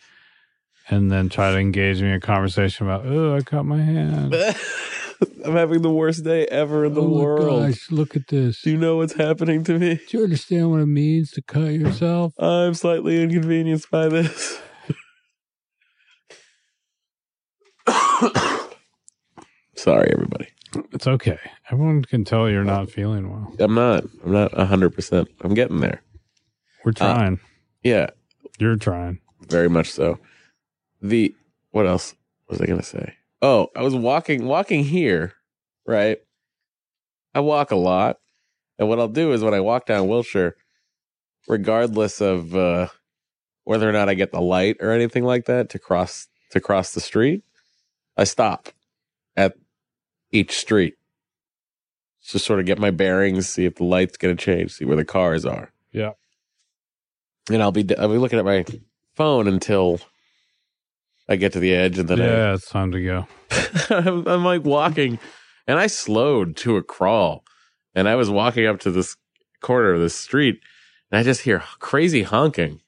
S4: and then try to engage me in a conversation about, oh, I cut my hand.
S3: I'm having the worst day ever in the
S4: oh my
S3: world.
S4: gosh, look at this.
S3: Do you know what's happening to me?
S4: Do you understand what it means to cut yourself?
S3: I'm slightly inconvenienced by this. Sorry, everybody.
S4: It's okay. Everyone can tell you're not feeling well.
S3: I'm not. I'm not 100%. I'm getting there.
S4: We're
S3: Uh,
S4: trying.
S3: Yeah,
S4: you're trying.
S3: very much so. The what else was I going to say? Oh, I was walking walking here, right? I walk a lot. And what I'll do is when I walk down Wilshire, regardless of uh, whether or not I get the light or anything like that to cross to cross the street, I stop at each street. to sort of get my bearings, see if the light's going to change, see where the cars are.
S4: Yeah.
S3: And I'll be I'll be looking at my phone until I get to the edge, and then I
S4: yeah, it's time to go.
S3: I'm, I'm like walking and I slowed to a crawl and I was walking up to this corner of the street and I just hear crazy honking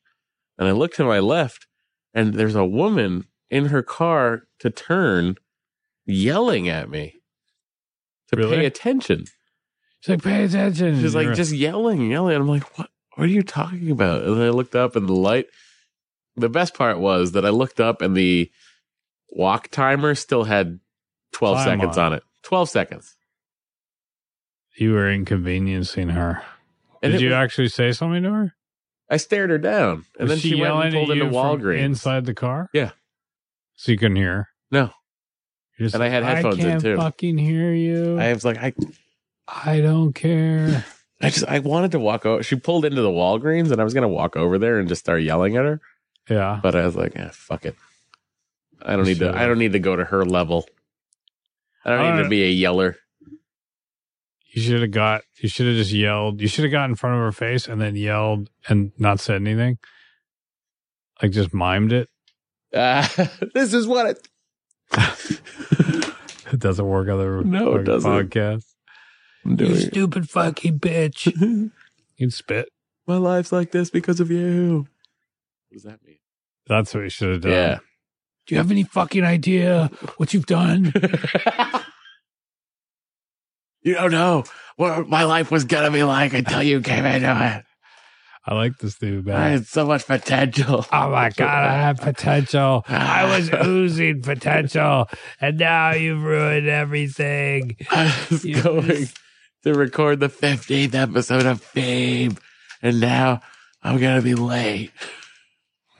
S3: and I look to my left and there's a woman in her car to turn yelling at me to
S4: Really?
S3: pay attention.
S4: She's like, pay attention.
S3: She's like
S4: Mm, You're-
S3: just yelling, yelling. I'm like, what? what are you talking about? And I looked up and the light. The best part was that I looked up and the walk timer still had 12
S4: Time
S3: seconds
S4: on.
S3: on it. 12 seconds.
S4: You were inconveniencing her.
S3: And
S4: Did
S3: it
S4: you
S3: was-
S4: actually say something to her?
S3: I stared her down. And
S4: Was
S3: then she, went and
S4: at
S3: pulled into
S4: you from
S3: Walgreens.
S4: inside the car.
S3: Yeah.
S4: so you couldn't hear. her?
S3: No.
S4: You're just
S3: And I had
S4: like,
S3: headphones in,
S4: can't
S3: too.
S4: Fucking hear you.
S3: I
S4: I,
S3: was like, I,
S4: don't care.
S3: I just, I wanted to walk over. She pulled into the Walgreens and I was going to walk over there and just start yelling at her.
S4: yeah.
S3: But I was like, eh, fuck it. I don't need to,
S4: Sure.
S3: I don't need to go to her level. I don't
S4: I
S3: need to
S4: don't-
S3: be a yeller.
S4: You should have got. You should have just yelled. You should have got in front of her face and then yelled and not said anything. Like just mimed it.
S3: Uh, this is what it.
S4: It doesn't work on the
S3: No, it
S4: fucking
S3: doesn't.
S4: podcast.
S3: I'm
S4: You
S3: doing.
S4: stupid fucking bitch.
S3: it.
S4: You'd spit.
S3: My life's like this because of you. What does that mean?
S4: That's what you should have done.
S3: Yeah.
S4: Do you have any fucking idea what you've done?
S3: you don't know what my life was gonna be like until you came into
S4: I like this dude,
S3: it. I
S4: man.
S3: had so much potential.
S4: Oh my god, I had potential. I was oozing potential, and now you've ruined everything.
S3: I was
S4: You
S3: going
S4: just-
S3: to record the fifteenth episode of Fame, and now I'm gonna be late.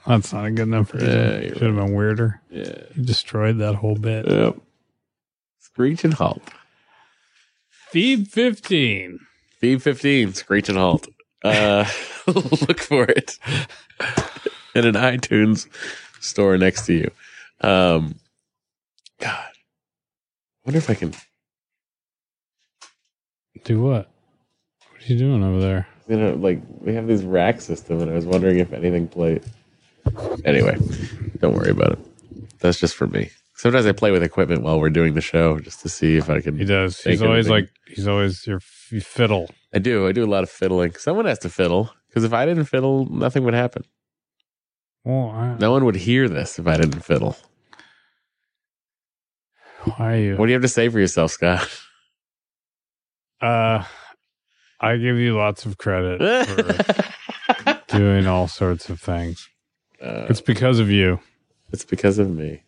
S4: That's not a good enough reason.
S3: Yeah, you're
S4: should have been weirder.
S3: Yeah.
S4: You destroyed that whole bit.
S3: Yep. Screech and halt.
S4: Feed fifteen.
S3: Feed 15, Screech and Halt. Uh, look for it in an iTunes store next to you. Um, God, wonder if I can.
S4: Do what? What are you doing over there?
S3: You know, like we have this rack system, and I was wondering if anything played. Anyway, don't worry about it. That's just for me. Sometimes I play with equipment while we're doing the show just to see if I
S4: He
S3: can.
S4: does. He's
S3: Thinking
S4: always
S3: of it.
S4: like he's always your f- fiddle.
S3: I do. I do a lot of fiddling. Someone has to fiddle because if I didn't fiddle, nothing would happen.
S4: Well, I,
S3: No one would hear this if I didn't fiddle.
S4: why are you?
S3: What do you have to say for yourself, Scott?
S4: Uh, I give you lots of credit for
S3: Uh,
S4: doing all sorts of things. It's because of you.
S3: it's because of me.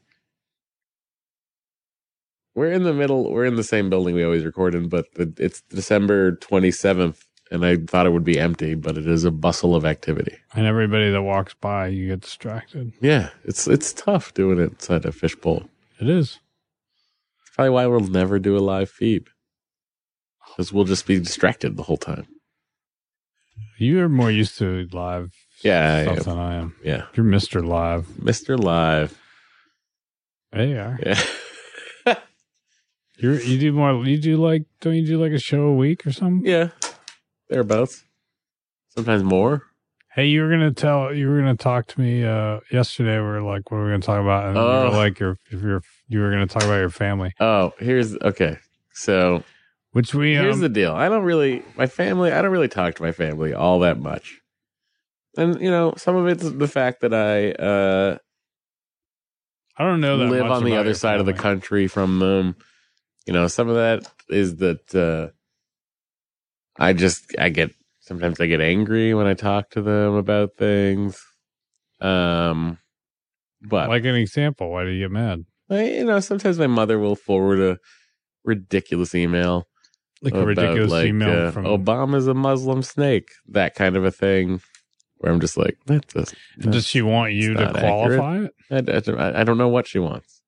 S3: We're in the middle. We're in the same building we always record in, but the, it's December 27th, and I thought it would be empty, but it is a bustle of activity.
S4: And everybody that walks by, you get distracted.
S3: Yeah, it's it's tough doing it inside a fishbowl.
S4: It is.
S3: It's probably why we'll never do a live feed because we'll just be distracted the whole time.
S4: You're more used to live
S3: Yeah, I
S4: stuff
S3: am.
S4: than I am.
S3: yeah,
S4: You're Mr. Live.
S3: Mr. Live.
S4: There you are.
S3: Yeah.
S4: You're, you do more, you do like, don't you do like a show a week or something?
S3: Yeah, thereabouts. Sometimes more.
S4: Hey, you were going to tell, you were going to talk to me uh, yesterday. We were like, what are we going to talk about? And you
S3: Oh.
S4: were like, your, if you're, you were going to talk about your family,
S3: Oh, here's okay. So
S4: which we,
S3: here's
S4: um,
S3: the deal. I don't really my family. I don't really talk to my family all that much, and you know some of it's the fact that I uh,
S4: I don't know that
S3: live
S4: much
S3: on the
S4: about
S3: other
S4: your
S3: side of the
S4: family.
S3: country from them. You know, some of that is that uh, I just I get sometimes I get angry when I talk to them about things. Um, but
S4: Like an example, why do you get mad?
S3: I, you know, sometimes my mother will forward a ridiculous email,
S4: Like a
S3: about,
S4: ridiculous
S3: like,
S4: email
S3: uh,
S4: from
S3: Obama's a Muslim snake, that kind of a thing, where I'm just like, that does,
S4: Does she want you
S3: It's
S4: to
S3: not accurate.
S4: qualify it?
S3: I, I- I don't know what she wants,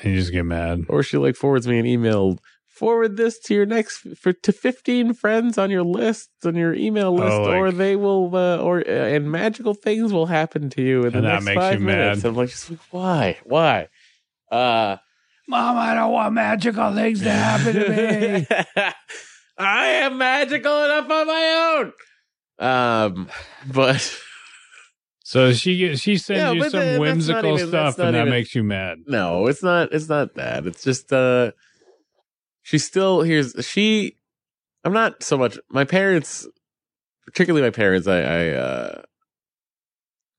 S4: And you just get mad.
S3: or she like forwards me an email. Forward this to your next for to fifteen friends on your list on your email list,
S4: Oh, like-
S3: or they will uh, or uh, and magical things will happen to you in
S4: And
S3: the
S4: that
S3: next
S4: makes you
S3: five
S4: mad.
S3: minutes. I'm like, just like, why, why? Uh,
S4: Mom, I don't want magical things to happen to me.
S3: I am magical enough on my own. Um, but
S4: so she gets, she sends
S3: Yeah,
S4: you
S3: but
S4: some
S3: that- that's not even-
S4: whimsical
S3: that's
S4: stuff,
S3: not
S4: and that
S3: even-
S4: makes you mad.
S3: no, it's not. It's not that. It's just uh, she's still here's she. I'm not so much my parents, particularly my parents. I I uh,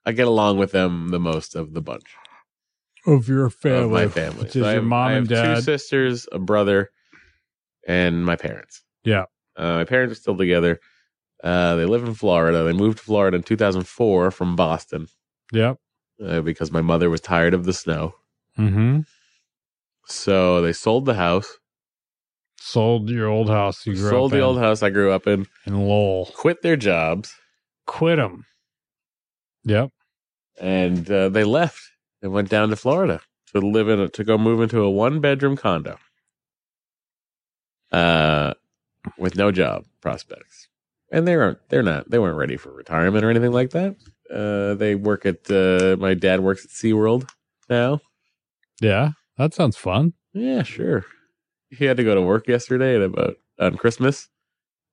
S3: I get along with them the most of the bunch
S4: Of your family,
S3: of my family.
S4: which is
S3: I
S4: your
S3: have-
S4: mom
S3: I have
S4: and dad.
S3: two sisters, a brother, and my parents.
S4: Yeah.
S3: uh, my parents are still together. Uh, they live in Florida. They moved to Florida in 2004 from Boston
S4: Yep.
S3: uh, because my mother was tired of the snow.
S4: Mm-hmm.
S3: So they sold the house,
S4: Sold your old house you grew
S3: sold
S4: up
S3: the
S4: in,
S3: old house I grew up in,
S4: in Lowell.
S3: quit their jobs,
S4: Quit them. Yep.
S3: and uh, they left and went down to Florida to live in a, to go move into a one bedroom condo. Uh, with no job prospects, and they aren't they're not they weren't ready for retirement or anything like that. Uh, they work at uh, my dad works at SeaWorld now.
S4: Yeah. That sounds fun.
S3: Yeah, sure. He had to go to work yesterday at about on Christmas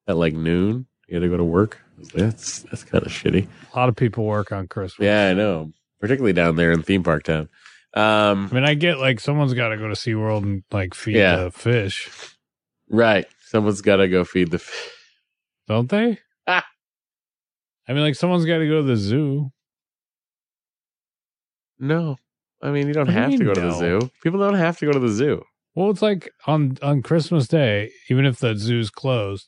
S3: at like noon. He had to go to work. I was like, That's that's kind of shitty.
S4: A lot of people work on Christmas.
S3: Yeah, I know. Particularly down there in theme park town. Um,
S4: I mean, I get like someone's got to go to SeaWorld and like feed
S3: Yeah.
S4: the fish,
S3: right. Someone's got to go feed the. F-
S4: don't they?
S3: Ah.
S4: I mean, like someone's got to go to the zoo.
S3: no, I mean you don't
S4: What do you
S3: have to
S4: mean,
S3: go to the
S4: no?
S3: zoo. People don't have to go to the zoo.
S4: Well, it's like on on Christmas Day, even if the zoo's closed,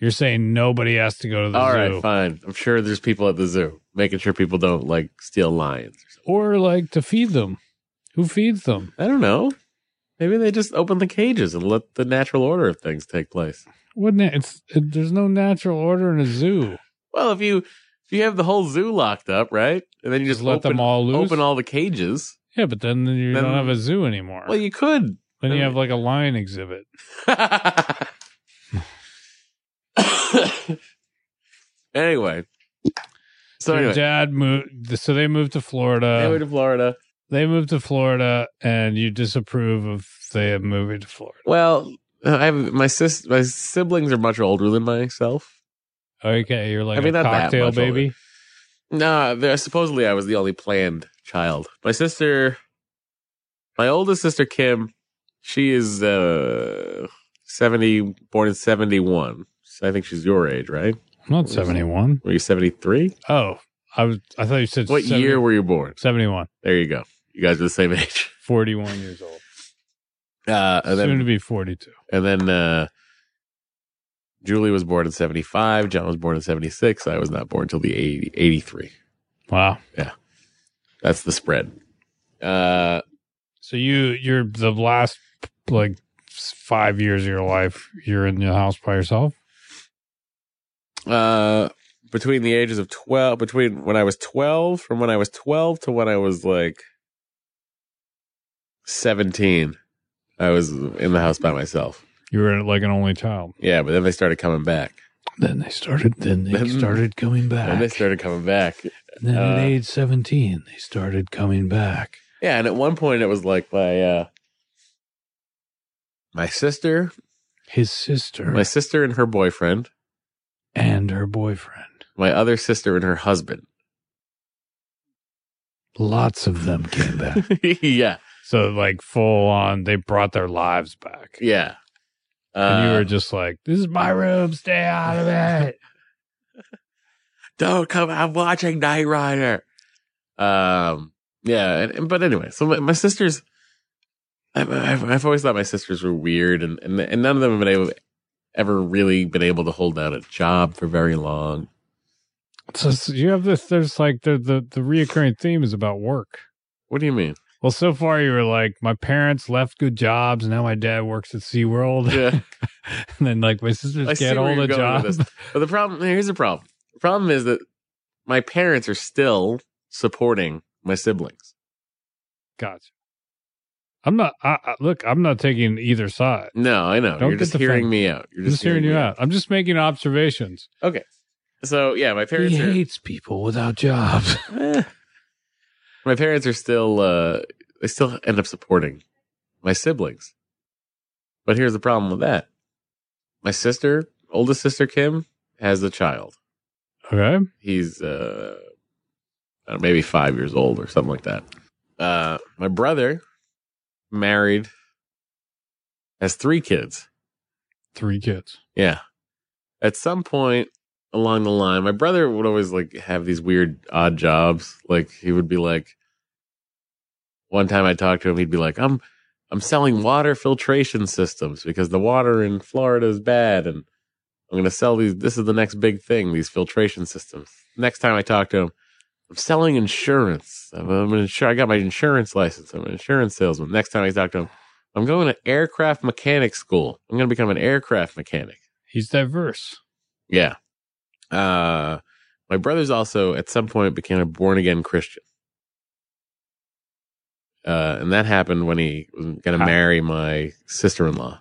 S4: you're saying nobody has to go to the
S3: All
S4: zoo.
S3: right, fine. I'm sure there's people at the zoo making sure people don't like steal lions.
S4: or like to feed them. Who feeds them?
S3: I don't know. Maybe they just open the cages and let the natural order of things take place.
S4: Wouldn't it? It's it, there's no natural order in a zoo.
S3: Well, if you if you have the whole zoo locked up, right, and then you just,
S4: Just let
S3: open,
S4: them all loose.
S3: open all the cages.
S4: yeah, but then you
S3: Then-
S4: don't have a zoo anymore.
S3: Well, you could.
S4: then you have like a lion exhibit.
S3: anyway, so
S4: So your
S3: anyway,
S4: dad moved. So they moved to Florida.
S3: they went to Florida.
S4: they moved to Florida and you disapprove of they moving to Florida.
S3: Well, uh, I have my sis. My siblings are much older than myself.
S4: Okay, you're like
S3: I mean,
S4: a
S3: not that
S4: cocktail
S3: much older.
S4: baby.
S3: No, there, supposedly I was the only planned child. My sister, my oldest sister Kim, she is uh, seventy, born in seventy one. So I think she's your age, right?
S4: I'm not 71.
S3: Were you seventy three?
S4: Oh, I was. I thought you said
S3: What
S4: 70
S3: year were you born?
S4: 71.
S3: There you go. You guys are the same age.
S4: 41 years old.
S3: Uh, and
S4: Soon to
S3: then,
S4: be 42.
S3: and then uh, Julie was born in seventy five. John was born in seventy six. I was not born until the 80, 83.
S4: Wow.
S3: That's the spread. Uh,
S4: So you you're the last like five years of your life you're in the house by yourself.
S3: uh between the ages of 12 between when i was 12 from when i was 12 to when i was like 17 i was in the house by myself
S4: You were like an only child.
S3: yeah but then they started coming back
S4: Then they started. Then
S3: Then- started
S4: coming
S3: and they started coming back
S4: then
S3: at uh,
S4: age 17, they started coming back.
S3: yeah and at one point it was like my uh my sister
S4: His sister
S3: my sister and her boyfriend
S4: and her boyfriend.
S3: my other sister and her husband
S4: lots of them came back.
S3: yeah
S4: so like full on, they brought their lives back.
S3: yeah
S4: and you
S3: Uh,
S4: were just like, "This is my room. Stay out of it."
S3: don't come i'm watching night rider um yeah and, and- but anyway so my, my sisters I've, I've, I've always thought my sisters were weird and, and and none of them have been able ever really been able to hold down a job for very long
S4: so, so you have this. There's like the the the reoccurring theme is about work.
S3: what do you mean
S4: Well, so far you were like, my parents left good jobs. Now my dad works at SeaWorld.
S3: yeah
S4: and then like my
S3: I
S4: sisters
S3: see
S4: get
S3: where
S4: all
S3: you're
S4: the
S3: going with
S4: jobs.
S3: but the problem here's the problem the problem is that my parents are still supporting my siblings
S4: Gotcha. I'm not, I, I, look, I'm not taking either side.
S3: no i know you're
S4: Don't get
S3: just
S4: defensive.
S3: hearing me out you're
S4: I'm just hearing you
S3: me
S4: out. I'm just making observations.
S3: so yeah my parents are
S4: hates people without jobs.
S3: Eh. my parents are still uh they still end up supporting my siblings but here's the problem with that my sister oldest sister kim has a child
S4: okay.
S3: he's uh I don't know, maybe five years old or something like that uh my brother married has three kids
S4: Three kids.
S3: yeah. At some point along the line, my brother would always like have these weird odd jobs. Like he would be like one time I talked to him, he'd be like, I'm I'm selling water filtration systems because the water in Florida is bad and I'm going to sell these. This is the next big thing, these filtration systems. Next time I talk to him, I'm selling insurance. I'm, I'm an insur- I got my insurance license. I'm an insurance salesman. Next time I talk to him, I'm going to aircraft mechanic school. I'm going to become an aircraft mechanic.
S4: He's diverse.
S3: Yeah. Uh, my brother's also at some point became a born again Christian. Uh, and that happened when he was going to
S4: How-
S3: marry my sister in law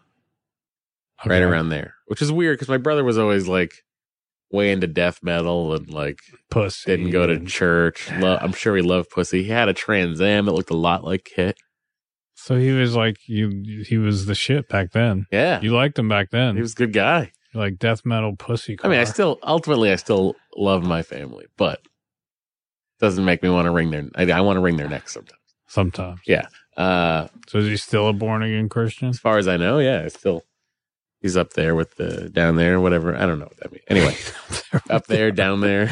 S3: right
S4: Okay.
S3: around there, which is weird because my brother was always like way into death metal and like
S4: Pussy.
S3: didn't go to
S4: and-
S3: church. Lo- I'm sure he loved pussy. He had a Trans Am that looked a lot like Kit.
S4: So he was like you. He was the shit back then.
S3: Yeah.
S4: You liked him back then.
S3: He was a good guy.
S4: like death metal pussy.
S3: I mean, I
S4: car.
S3: still ultimately I still love my family, but doesn't make me want to ring their. I, I want to ring their necks sometimes.
S4: sometimes.
S3: Uh,
S4: So is he still a born again Christian?
S3: as far as I know, yeah, it's still he's up there with the down there, whatever. I don't know what that means. Anyway, up there, down there.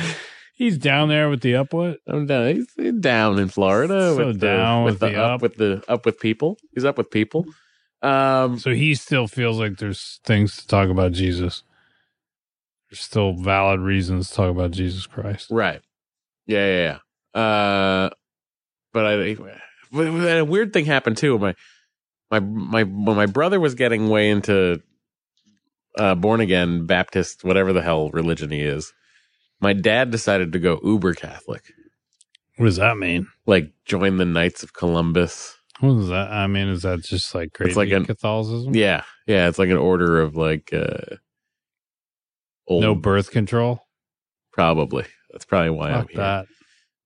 S4: He's down there with the up what?
S3: I'm down. He's down in Florida
S4: So
S3: with
S4: down
S3: the, with the, up, with the up with people. He's up with people. Um,
S4: So he still feels like there's things to talk about Jesus. There's still valid reasons to talk about Jesus Christ.
S3: right. Yeah, yeah, yeah. Uh, but I but- but a weird thing happened too. My my my when my brother was getting way into uh, born again Baptist, whatever the hell religion he is. My dad decided to go uber Catholic,
S4: What does that mean?
S3: like join the Knights of Columbus.
S4: What is that? I mean, is that just like crazy
S3: like an-
S4: Catholicism?
S3: Yeah, yeah. It's like an order of like uh, old
S4: No birth control.
S3: Probably. That's probably why I'm
S4: Fuck
S3: here. That.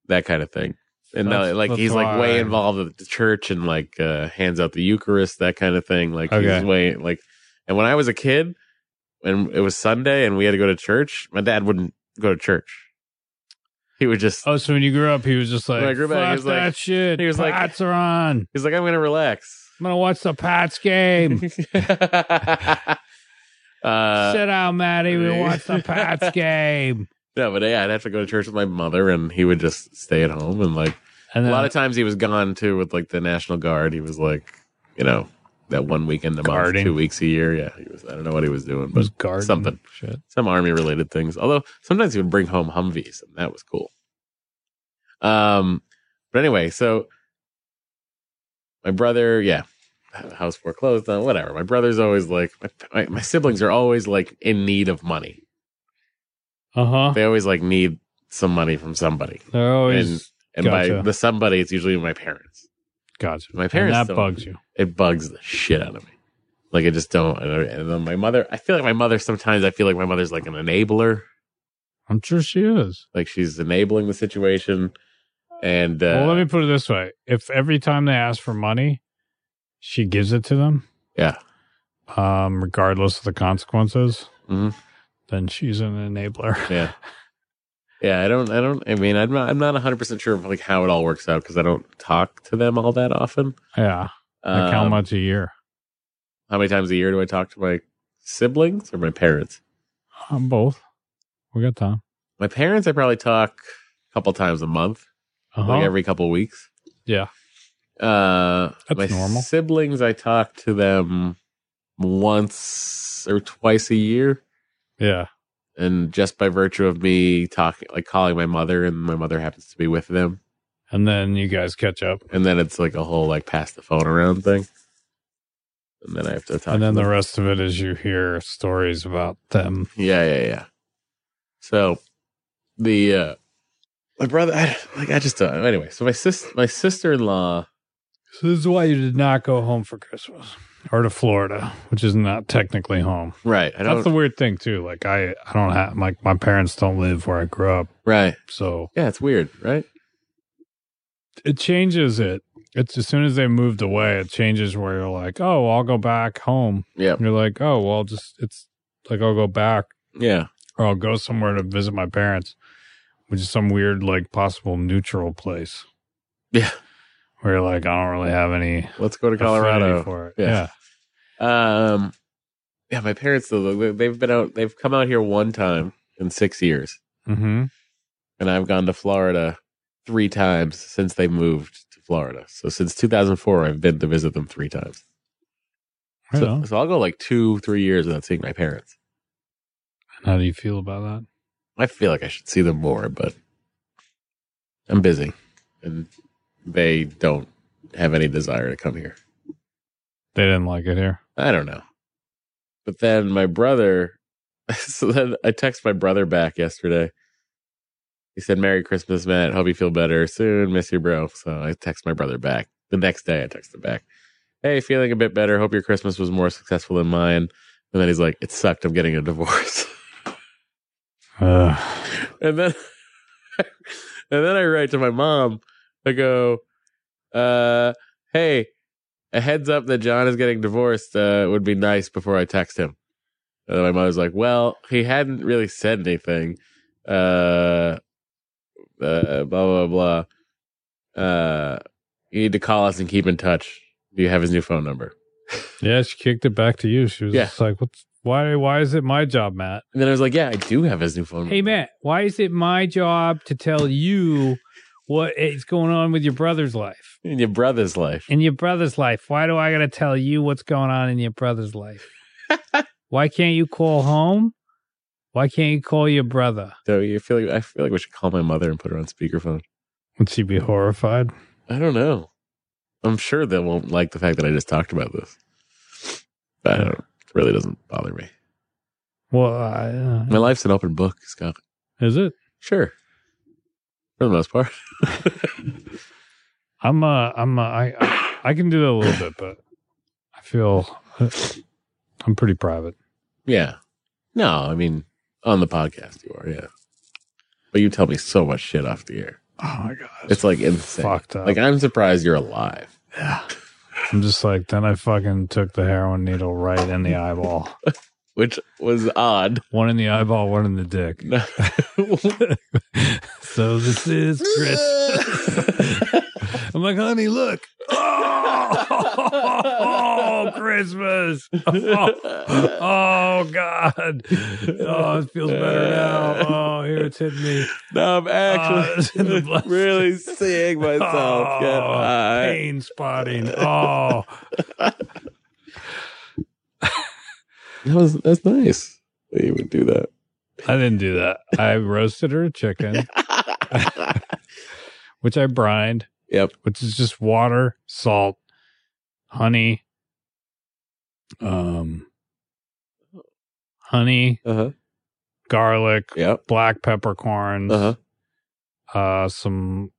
S4: that.
S3: kind of thing. And no,
S4: That's-
S3: like
S4: that's
S3: he's like way
S4: why-
S3: involved with the church and like uh, hands out the Eucharist, that kind of thing. Like
S4: Okay.
S3: he's way like. And when I was a kid, and it was Sunday, and we had to go to church, my dad wouldn't go to church. He would just.
S4: Oh, so when you grew up, he was just like,
S3: When I grew
S4: fuck
S3: back, he was like-
S4: that shit.
S3: he was like-
S4: Pats are on.
S3: He's like, I'm gonna relax.
S4: I'm gonna watch the Pats game.
S3: uh,
S4: Sit down, Maddie. We watch the Pats game.
S3: no, but yeah, I'd have to go to church with my mother, and he would just stay at home and like.
S4: And
S3: a lot of times he was gone too with like the National Guard. He was like, you know, that one weekend a
S4: Guarding. Mm-hmm.
S3: month, two weeks a year. Yeah, he was. I don't know what he was doing, but
S4: was guarding
S3: something.
S4: Shit.
S3: some army related things. Although sometimes he would bring home Humvees, and that was cool. Um, but anyway, so my brother, yeah, house foreclosed on whatever. My brother's always like, my, my, my siblings are always like in need of money.
S4: Uh huh.
S3: They always like need some money from somebody,
S4: They're always
S3: and by
S4: Gotcha.
S3: the somebody, it's usually my parents.
S4: gotcha.
S3: My parents
S4: And that
S3: don't-
S4: bugs you.
S3: it bugs the shit out of me. Like I just don't. And I- and then my mother, I feel like my mother sometimes. I feel like my mother's like an enabler.
S4: I'm sure she is.
S3: Like she's enabling the situation. And uh,
S4: well, let me put it this way: if every time they ask for money, she gives it to them,
S3: yeah,
S4: um, regardless of the consequences,
S3: Mhm.
S4: then she's an enabler.
S3: yeah, yeah. I don't. I don't. I mean, I'm not. I'm not 100 percent sure of like how it all works out because I don't talk to them all that often.
S4: yeah, like how
S3: Um,
S4: much a year?
S3: How many times a year do I talk to my siblings or my parents?
S4: Um, both. We got time.
S3: My parents, I probably talk a couple times a month,
S4: Uh-huh.
S3: like every couple weeks.
S4: yeah,
S3: Uh,
S4: That's
S3: my
S4: normal.
S3: siblings, I talk to them once or twice a year,
S4: yeah.
S3: and just by virtue of me talking, like calling my mother, and my mother happens to be with them,
S4: And then you guys catch up,
S3: and then it's like a whole like pass the phone around thing, and then I have to talk.
S4: and then
S3: to
S4: the
S3: them.
S4: rest of it is you hear stories about them.
S3: yeah, yeah, yeah. So the uh, my brother, I, like I just uh, anyway. So my sis, my sister in law,
S4: So this is why you did not go home for Christmas or to Florida, which is not technically home.
S3: right? I
S4: That's
S3: don't
S4: the weird thing too. Like I, I don't have like my parents don't live where I grew up,
S3: right.
S4: so
S3: Yeah, it's weird, right?
S4: it changes it. It's as soon as they moved away, it changes where you're like, oh, I'll go back home.
S3: Yeah,
S4: And you're like, oh, well, just it's like I'll go back
S3: yeah,
S4: or I'll go somewhere to visit my parents, which is some weird like possible neutral place
S3: yeah.
S4: where you're like, I don't really have any
S3: Let's go to
S4: affinity
S3: Colorado.
S4: for it.
S3: Yeah.
S4: Yeah,
S3: Um, yeah, my parents though they- they've been out. They've come out here one time in six years,
S4: hmm
S3: and I've gone to Florida three times since they moved to Florida. So since 2004, I've been to visit them three times.
S4: Right
S3: so,
S4: on.
S3: so I'll go like two, three years without seeing my parents.
S4: How do you feel about that?
S3: I feel like I should see them more, but I'm busy and they don't have any desire to come here.
S4: They didn't like it here.
S3: I don't know. But then my brother, so then I text my brother back yesterday. He said, Merry Christmas, Matt. Hope you feel better soon. Miss you, bro. So I text my brother back. The next day, I text him back. Hey, feeling a bit better. Hope your Christmas was more successful than mine. And then he's like, It sucked. I'm getting a divorce.
S4: Uh,
S3: and then and then I write to my mom. I go, uh, "Hey, a heads up that John is getting divorced uh, would be nice before I text him." And then my mother's like, "Well, he hadn't really said anything." Uh, uh, blah blah blah. Uh, you need to call us and keep in touch. Do you have his new phone number?
S4: yeah, she kicked it back to you. She was
S3: Yeah.
S4: just like, "What's why? Why is it my job, Matt?
S3: And then I was like, "Yeah, I do have his new phone."
S4: Hey,
S3: number."
S4: Matt, why is it my job to tell you what is going on with your brother's life
S3: in your brother's life.
S4: in your brother's life? Why do I got to tell you what's going on in your brother's life? why can't you call home? Why can't you call your brother?
S3: So you feel like I feel like we should call my mother and put her on speakerphone.
S4: Would she be horrified?
S3: I don't know. I'm sure they won't like the fact that I just talked about this. But
S4: Hmm.
S3: I don't, it really doesn't bother me.
S4: Well, I,
S3: My life's an open book, Scott.
S4: uh, is it?
S3: Sure. For the most part.
S4: I'm uh I'm uh, I I- I can do that a little bit, but I feel uh, I'm pretty private.
S3: yeah. No, I mean, on the podcast you are, yeah. But you tell me so much shit off the air.
S4: Oh my god,
S3: It's like insane.
S4: fucked up.
S3: Like, I'm surprised you're alive.
S4: I'm just like then I fucking took the heroin needle right in the eyeball,
S3: Which was odd.
S4: one in the eyeball, one in the dick.
S3: No.
S4: so this is Chris. I'm like, honey, look. Oh, Christmas. Oh, oh, God. Oh, it feels better now. Oh, here it's hitting me.
S3: no, I'm
S4: Ah, it's in the blood.
S3: actually really seeing myself get
S4: Oh,
S3: high.
S4: pain spotting. Oh,
S3: That was that's nice. That you would do that.
S4: I didn't do that. I roasted her a chicken, which I brined.
S3: Yep.
S4: Which is just water, salt, honey, um, honey,
S3: Uh huh.
S4: garlic,
S3: Yep.
S4: black peppercorns,
S3: Uh huh.
S4: uh, some,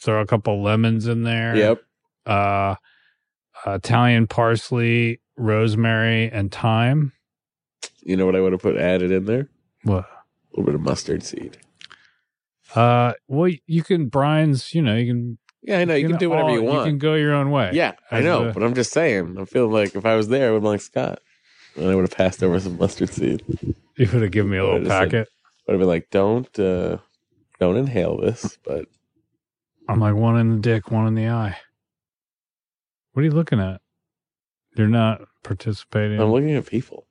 S4: throw a couple lemons in there.
S3: Yep.
S4: uh, Italian parsley, rosemary, and thyme.
S3: You know what I would have put added in there?
S4: What?
S3: A little bit of mustard seed.
S4: Uh, well, you can brines. You know, you can.
S3: Yeah, I know. You, can
S4: know,
S3: do whatever
S4: all-
S3: you want.
S4: You can go your own way.
S3: yeah, I
S4: As
S3: know.
S4: a-
S3: but I'm just saying. I feel like if I was there, I would have been like Scott, and I would have passed over some mustard seed.
S4: you would have given me a little
S3: Wait a second.
S4: packet.
S3: Would have been like, don't, uh don't inhale this. But
S4: I'm like one in the dick, one in the eye. What are you looking at? You're not participating.
S3: I'm looking at people.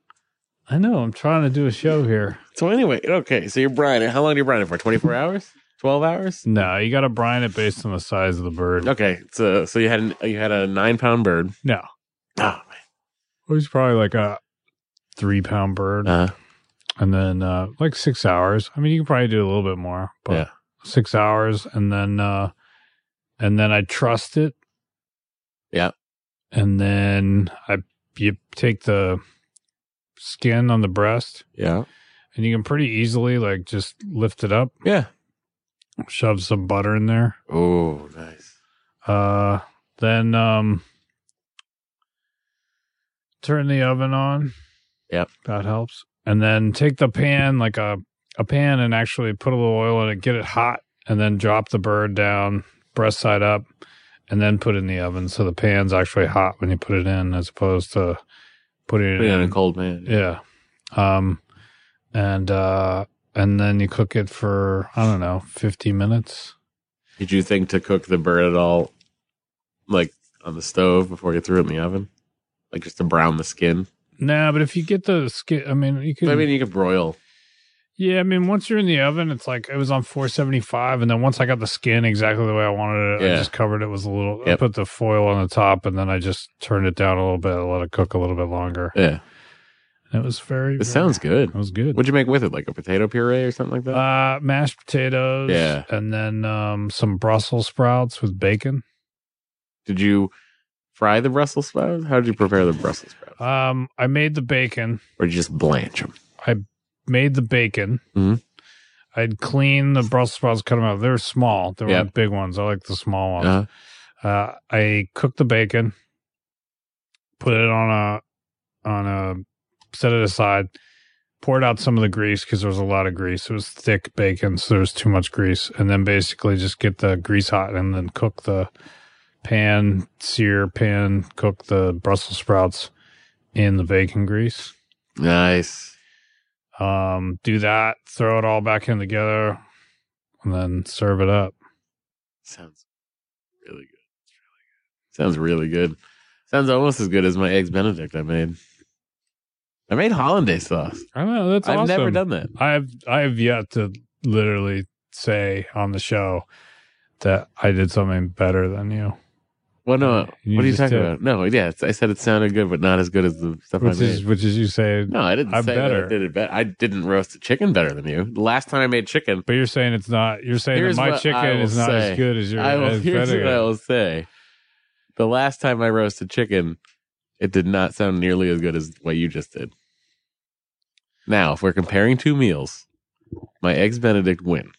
S4: I know. I'm trying to do a show here.
S3: So anyway, okay. So you're brining. How long do you brine it for? 24 hours? 12 hours?
S4: No, you got to brine it based on the size of the bird.
S3: Okay. So so you had an, you had a nine pound bird.
S4: No,
S3: Oh
S4: it was probably like a three pound bird.
S3: man. Uh,
S4: and then uh like six hours i mean you can probably do a little bit more but
S3: Yeah.
S4: six hours and then uh and then i trust it
S3: Yeah.
S4: and then i you take the skin on the breast
S3: yeah.
S4: and you can pretty easily like just lift it up
S3: Yeah.
S4: shove some butter in there
S3: Oh, nice.
S4: uh then um turn the oven on
S3: Yep.
S4: that helps and then take the pan like a a pan and actually put a little oil in it get it hot and then drop the bird down breast side up and then put it in the oven so the pan's actually hot when you put it in as opposed to putting it
S3: Put it on
S4: in
S3: a cold man.
S4: yeah. Um and uh and then you cook it for I don't know, 50 minutes.
S3: Did you think to cook the bird at all, like on the stove before you threw it in the oven, like just to brown the skin?
S4: Nah, but if you get the skin, I mean, you could.
S3: I mean, you could broil.
S4: yeah, I mean, once you're in the oven, it's like it was on 475, and then once I got the skin exactly the way I wanted it, I
S3: Yeah.
S4: just covered it with a little. I
S3: Yep.
S4: put the foil on the top, and then I just turned it down a little bit, let it cook a little bit longer,
S3: Yeah.
S4: It was very.
S3: This
S4: very-
S3: sounds good.
S4: It was good.
S3: What'd you make with it? Like a potato puree or something like that?
S4: uh, mashed potatoes.
S3: Yeah.
S4: And then um, some Brussels sprouts with bacon.
S3: did you fry the Brussels sprouts? How did you prepare the Brussels sprouts?
S4: Um, I made the bacon.
S3: or did you just blanch them?
S4: Made the bacon.
S3: Mhm.
S4: I'd clean the Brussels sprouts, cut them out. They're small. They were
S3: Yep.
S4: the big ones. I like the small ones.
S3: Uh,
S4: Uh, I cooked the bacon, put it on a on a set it aside, poured out some of the grease because there was a lot of grease. It was thick bacon, so there was too much grease, and then basically just get the grease hot and then cook the pan, sear pan, cook the Brussels sprouts in the bacon grease.
S3: nice.
S4: Um, do that, throw it all back in together, and then serve it up.
S3: Sounds really good. Sounds really good. Sounds almost as good as my eggs Benedict I made. I made hollandaise sauce.
S4: I know that's
S3: I've
S4: awesome.
S3: never done that.
S4: I've I've yet to literally say on the show that I did something better than you.
S3: Well, no.
S4: You
S3: what are you
S4: just
S3: talking
S4: did.
S3: about? No, yeah, it's, I said it sounded good, but not as good as the stuff I
S4: Which
S3: made.
S4: is which is you say
S3: no, I didn't
S4: I'm
S3: say that
S4: better.
S3: I did it better. I didn't roast the chicken better than you. The last time I made chicken,
S4: but you're saying it's not you're saying
S3: Here's
S4: that my
S3: what I
S4: chicken
S3: will
S4: is not
S3: say.
S4: as good as your
S3: I will,
S4: as
S3: here's
S4: better.
S3: what I will say. The last time I roasted chicken, it did not sound nearly as good as what you just did. Now, if we're comparing two meals, my eggs Benedict win.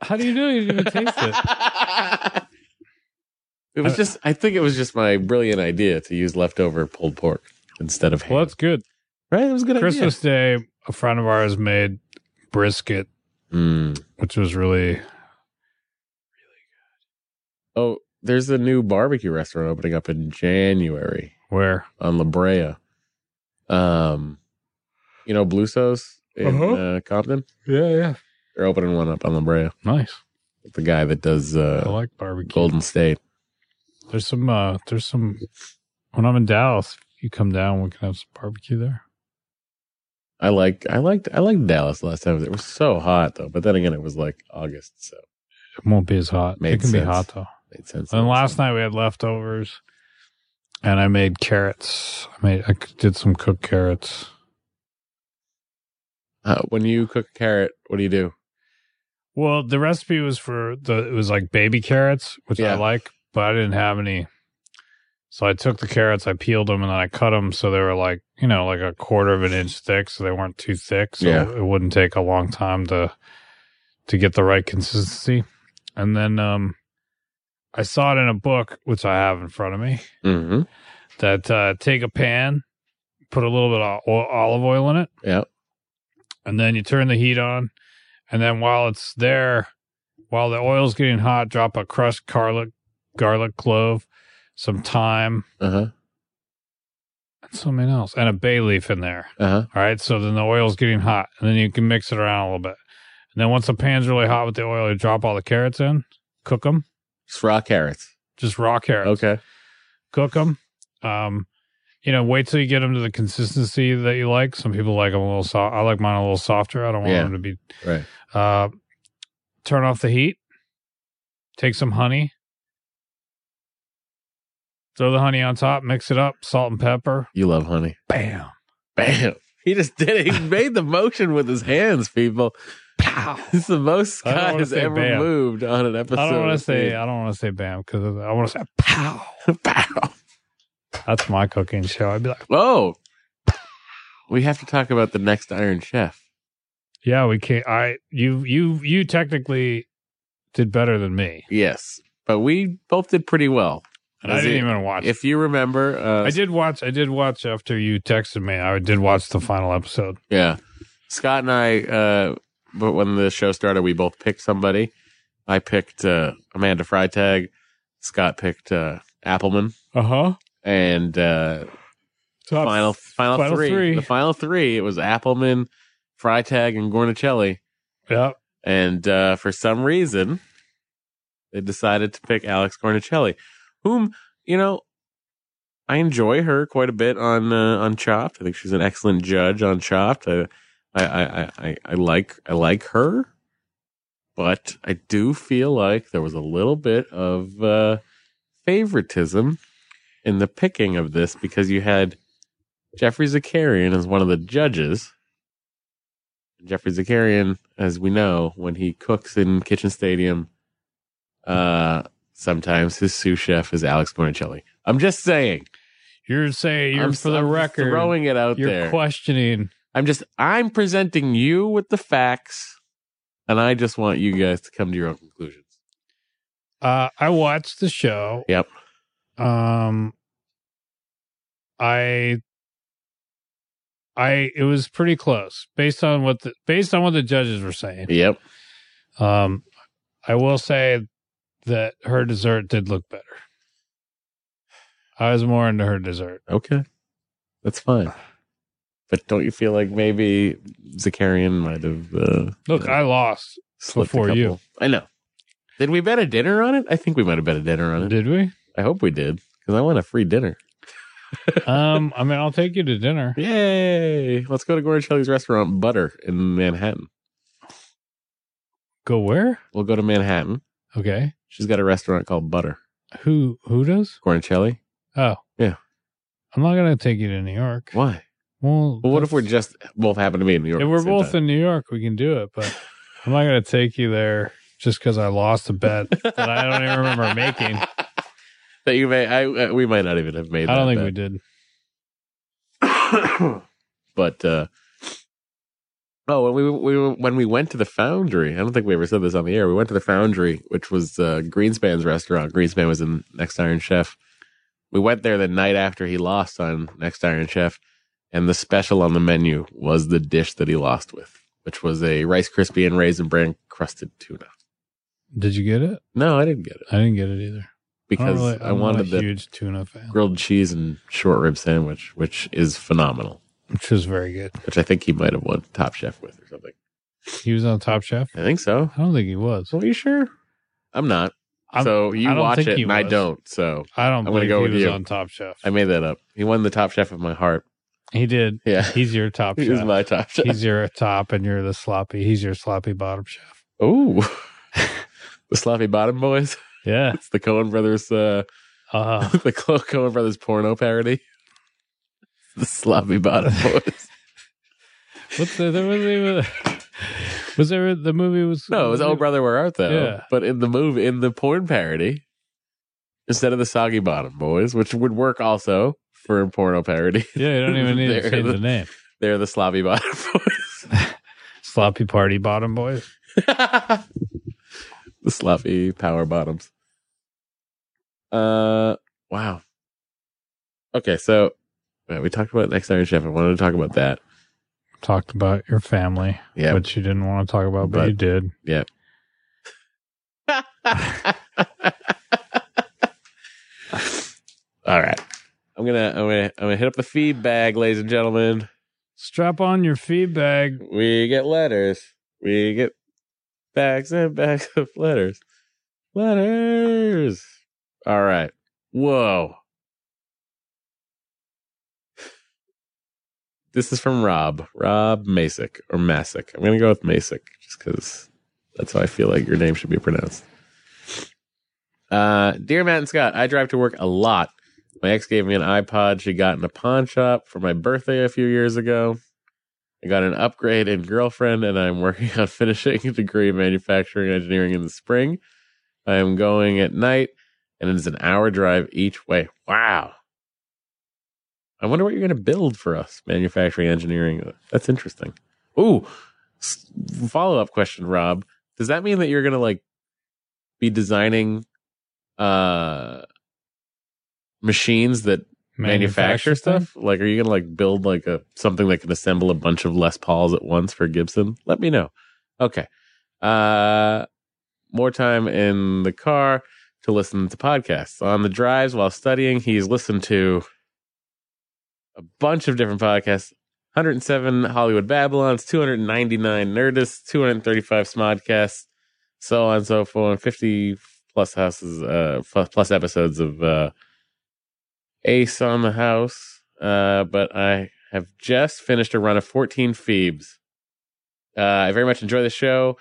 S4: How do you know you didn't even taste it?
S3: It
S4: Uh,
S3: was just I think it was just my brilliant idea to use leftover pulled pork instead of ham.
S4: Well that's good.
S3: right? It was a good
S4: Christmas Day, a friend of ours made brisket,
S3: idea. Mm.
S4: which was really
S3: Oh, there's a new barbecue restaurant opening up in January
S4: where
S3: on La Brea. Um, you know Blusos in
S4: Uh-huh.
S3: uh, Compton.
S4: Yeah, yeah.
S3: They're opening one up on La Brea.
S4: Nice.
S3: The guy that does
S4: I
S3: uh,
S4: like barbecue.
S3: Golden State.
S4: There's some uh there's some when I'm in Dallas, if you come down we can have some barbecue there.
S3: I like I liked I liked Dallas last time. It was so hot though, but then again, it was like August, so
S4: It won't be as hot. it
S3: Made
S4: can
S3: sense.
S4: be hot though.
S3: it made sense.
S4: And last night we had leftovers, and I made carrots. I made I did some cooked carrots.
S3: uh, when you cook a carrot, what do you do?
S4: Well, the recipe was for the it was like baby carrots, which
S3: Yeah.
S4: I like, but I didn't have any. So I took the carrots, I peeled them, and then I cut them so they were like you know like a quarter of an inch thick, so they weren't too thick, so
S3: Yeah.
S4: it wouldn't take a long time to to get the right consistency. And then um, I saw it in a book, which I have in front of me.
S3: Mm-hmm.
S4: that uh, take a pan, put a little bit of oil, olive oil in it,
S3: Yeah,
S4: and then you turn the heat on. And then while it's there, while the oil's getting hot, drop a crushed garlic, garlic clove, some thyme,
S3: uh huh,
S4: and something else, and a bay leaf in there.
S3: uh huh.
S4: All right. So then the oil's getting hot, and then you can mix it around a little bit. And then once the pan's really hot with the oil, you drop all the carrots in, cook them,
S3: Just raw carrots.
S4: just raw carrots.
S3: Okay.
S4: cook them. Um, you know, wait till you get them to the consistency that you like. Some people like them a little soft. I like mine a little softer. I don't want
S3: Yeah.
S4: them to be.
S3: Right.
S4: Uh, turn off the heat. Take some honey. Throw the honey on top. Mix it up. Salt and pepper.
S3: You love honey.
S4: Bam.
S3: Bam. He just did it. He made the motion with his hands, people. Pow. It's the most
S4: I don't
S3: Scott
S4: wanna
S3: has
S4: say
S3: ever
S4: bam.
S3: moved on an episode.
S4: I don't want
S3: of
S4: to say.
S3: Food.
S4: I don't want to say bam because I want to say pow.
S3: Pow.
S4: That's my cooking show. I'd be like,
S3: Oh, we have to talk about the next Iron Chef.
S4: yeah, we can't. I you you you technically did better than me.
S3: Yes, but we both did pretty well.
S4: And I
S3: Is
S4: didn't
S3: it-
S4: even watch.
S3: If you remember, uh,
S4: I did watch. I did watch after you texted me. I did watch the final episode.
S3: yeah, Scott and I. Uh, but when the show started, we both picked somebody. I picked uh, Amanda Freitag. Scott picked uh, Appleman,
S4: Uh huh.
S3: and uh, final, final
S4: final
S3: three.
S4: three.
S3: The final three. It was Appleman, Freitag, and Gornicelli.
S4: Yeah.
S3: And uh, for some reason, they decided to pick Alex Cornicelli, whom you know I enjoy her quite a bit on uh, on Chopped. I think she's an excellent judge on Chopped. I I, I, I- I I like I like her, but I do feel like there was a little bit of uh, favoritism in the picking of this because you had Jeffrey Zakarian is one of the judges. Jeffrey Zakarian, as we know, when he cooks in Kitchen Stadium, uh, sometimes his sous chef is Alex Bonicelli. I'm just saying.
S4: You're saying you're
S3: I'm,
S4: for the
S3: I'm
S4: record.
S3: throwing it out
S4: you're
S3: there.
S4: questioning.
S3: I'm just I'm presenting you with the facts, and I just want you guys to come to your own conclusions.
S4: Uh, I watched the show.
S3: Yep.
S4: Um, I, I it was pretty close based on what the based on what the judges were saying.
S3: Yep.
S4: Um, I will say that her dessert did look better. I was more into her dessert.
S3: Okay. That's fine. But don't you feel like maybe Zakarian might have uh,
S4: Look, I lost.
S3: slipped a
S4: Before
S3: couple-
S4: you.
S3: I know. Did we bet a dinner on it? I think we might have bet a dinner on it.
S4: Did we?
S3: I hope we did because I want a free dinner.
S4: um, I mean, I'll take you to dinner.
S3: Yay! Let's go to Gorichelli's restaurant Butter in Manhattan.
S4: Go where?
S3: We'll go to Manhattan.
S4: Okay.
S3: She's got a restaurant called Butter.
S4: Who who does?
S3: Gorichelli.
S4: Oh.
S3: Yeah.
S4: I'm not gonna take you to New York.
S3: Why?
S4: Well,
S3: Well, what if
S4: that's-
S3: we're just both happen to be in New York?
S4: if we're both in New York, we can do it, but I'm not gonna take you there just because I lost a bet. that I don't even remember making.
S3: that you may, I uh, we might not even have made.
S4: I don't
S3: that
S4: think we
S3: bet.
S4: did.
S3: but uh oh when we, we when we went to the foundry i don't think we ever said this on the air we went to the foundry which was uh greenspan's restaurant greenspan was in next iron chef we went there the night after he lost on next iron chef and the special on the menu was the dish that he lost with which was a rice crispy and raisin bran crusted tuna
S4: Did you get it?
S3: no i didn't get it
S4: I didn't get it either. I,
S3: because
S4: don't really-
S3: i
S4: I'm not
S3: wanted
S4: a
S3: the
S4: huge tuna fan,
S3: grilled cheese and short rib sandwich which is phenomenal
S4: which was very good.
S3: which i think he might have won top chef with or something
S4: He was on Top Chef.
S3: I think so.
S4: I don't think he was.
S3: Are you sure? I'm not.
S4: I'm-
S3: so you
S4: I don't
S3: watch
S4: think
S3: it
S4: he
S3: and I
S4: was.
S3: don't. So
S4: I don't
S3: I'm gonna
S4: believe
S3: go
S4: he
S3: with
S4: was
S3: you.
S4: on Top Chef.
S3: I made that up. He won the top chef of my heart.
S4: he did.
S3: Yeah.
S4: He's your Top
S3: He was
S4: Chef.
S3: my top chef.
S4: He's your top, and you're the sloppy. He's your sloppy bottom chef.
S3: Oh. the Sloppy Bottom Boys.
S4: Yeah.
S3: It's the Cohen Brothers uh
S4: Uh,
S3: the Clo- Cohen Brothers porno parody. The Sloppy Bottom Boys.
S4: What's the, there was even was there the movie was
S3: No, it was Oh Brother Where Art Thou.
S4: Yeah.
S3: But in the movie in the porn parody, instead of the Soggy Bottom Boys, which would work also for a porno parody,
S4: Yeah, you don't even need to
S3: There.
S4: change the name.
S3: they're the Sloppy Bottom Boys.
S4: Sloppy party bottom boys.
S3: the sloppy power bottoms. Uh, wow. Okay, so uh, we talked about next Iron Chef. I wanted to talk about that.
S4: Talked about your family,
S3: Yeah,
S4: which you didn't want to talk about, but,
S3: But-
S4: you did.
S3: all right. I'm gonna, I'm gonna, I'm gonna hit up the feed bag, ladies and gentlemen.
S4: Strap on your feed bag.
S3: We get letters. We get bags and bags of letters. Letters. All right. Whoa. This is from Rob. Rob Masick or Masick. I'm going to go with Masick just because that's how I feel like your name should be pronounced. Uh, Dear Matt and Scott, I drive to work a lot. My ex gave me an iPod she got in a pawn shop for my birthday a few years ago. I got an upgrade in girlfriend, and I'm working on finishing a degree in manufacturing engineering in the spring. I am going at night, and it is an hour drive each way. Wow. I wonder what you're going to build for us, manufacturing engineering. That's interesting. Ooh, follow up question, Rob. Does that mean that you're going to like be designing uh machines that manufacture stuff? Like, are you gonna like build like a something that can assemble a bunch of Les Pauls at once for Gibson? Let me know. Okay. Uh, more time in the car to listen to podcasts on the drives while studying. He's listened to a bunch of different podcasts. 107 Hollywood Babylons, 299 Nerdists, 235 Smodcasts, so on and so forth, 50 plus houses, uh, plus, plus episodes of uh, Ace on the house, uh, but I have just finished a run of 14 Phoebes. Uh, I very much enjoy the show.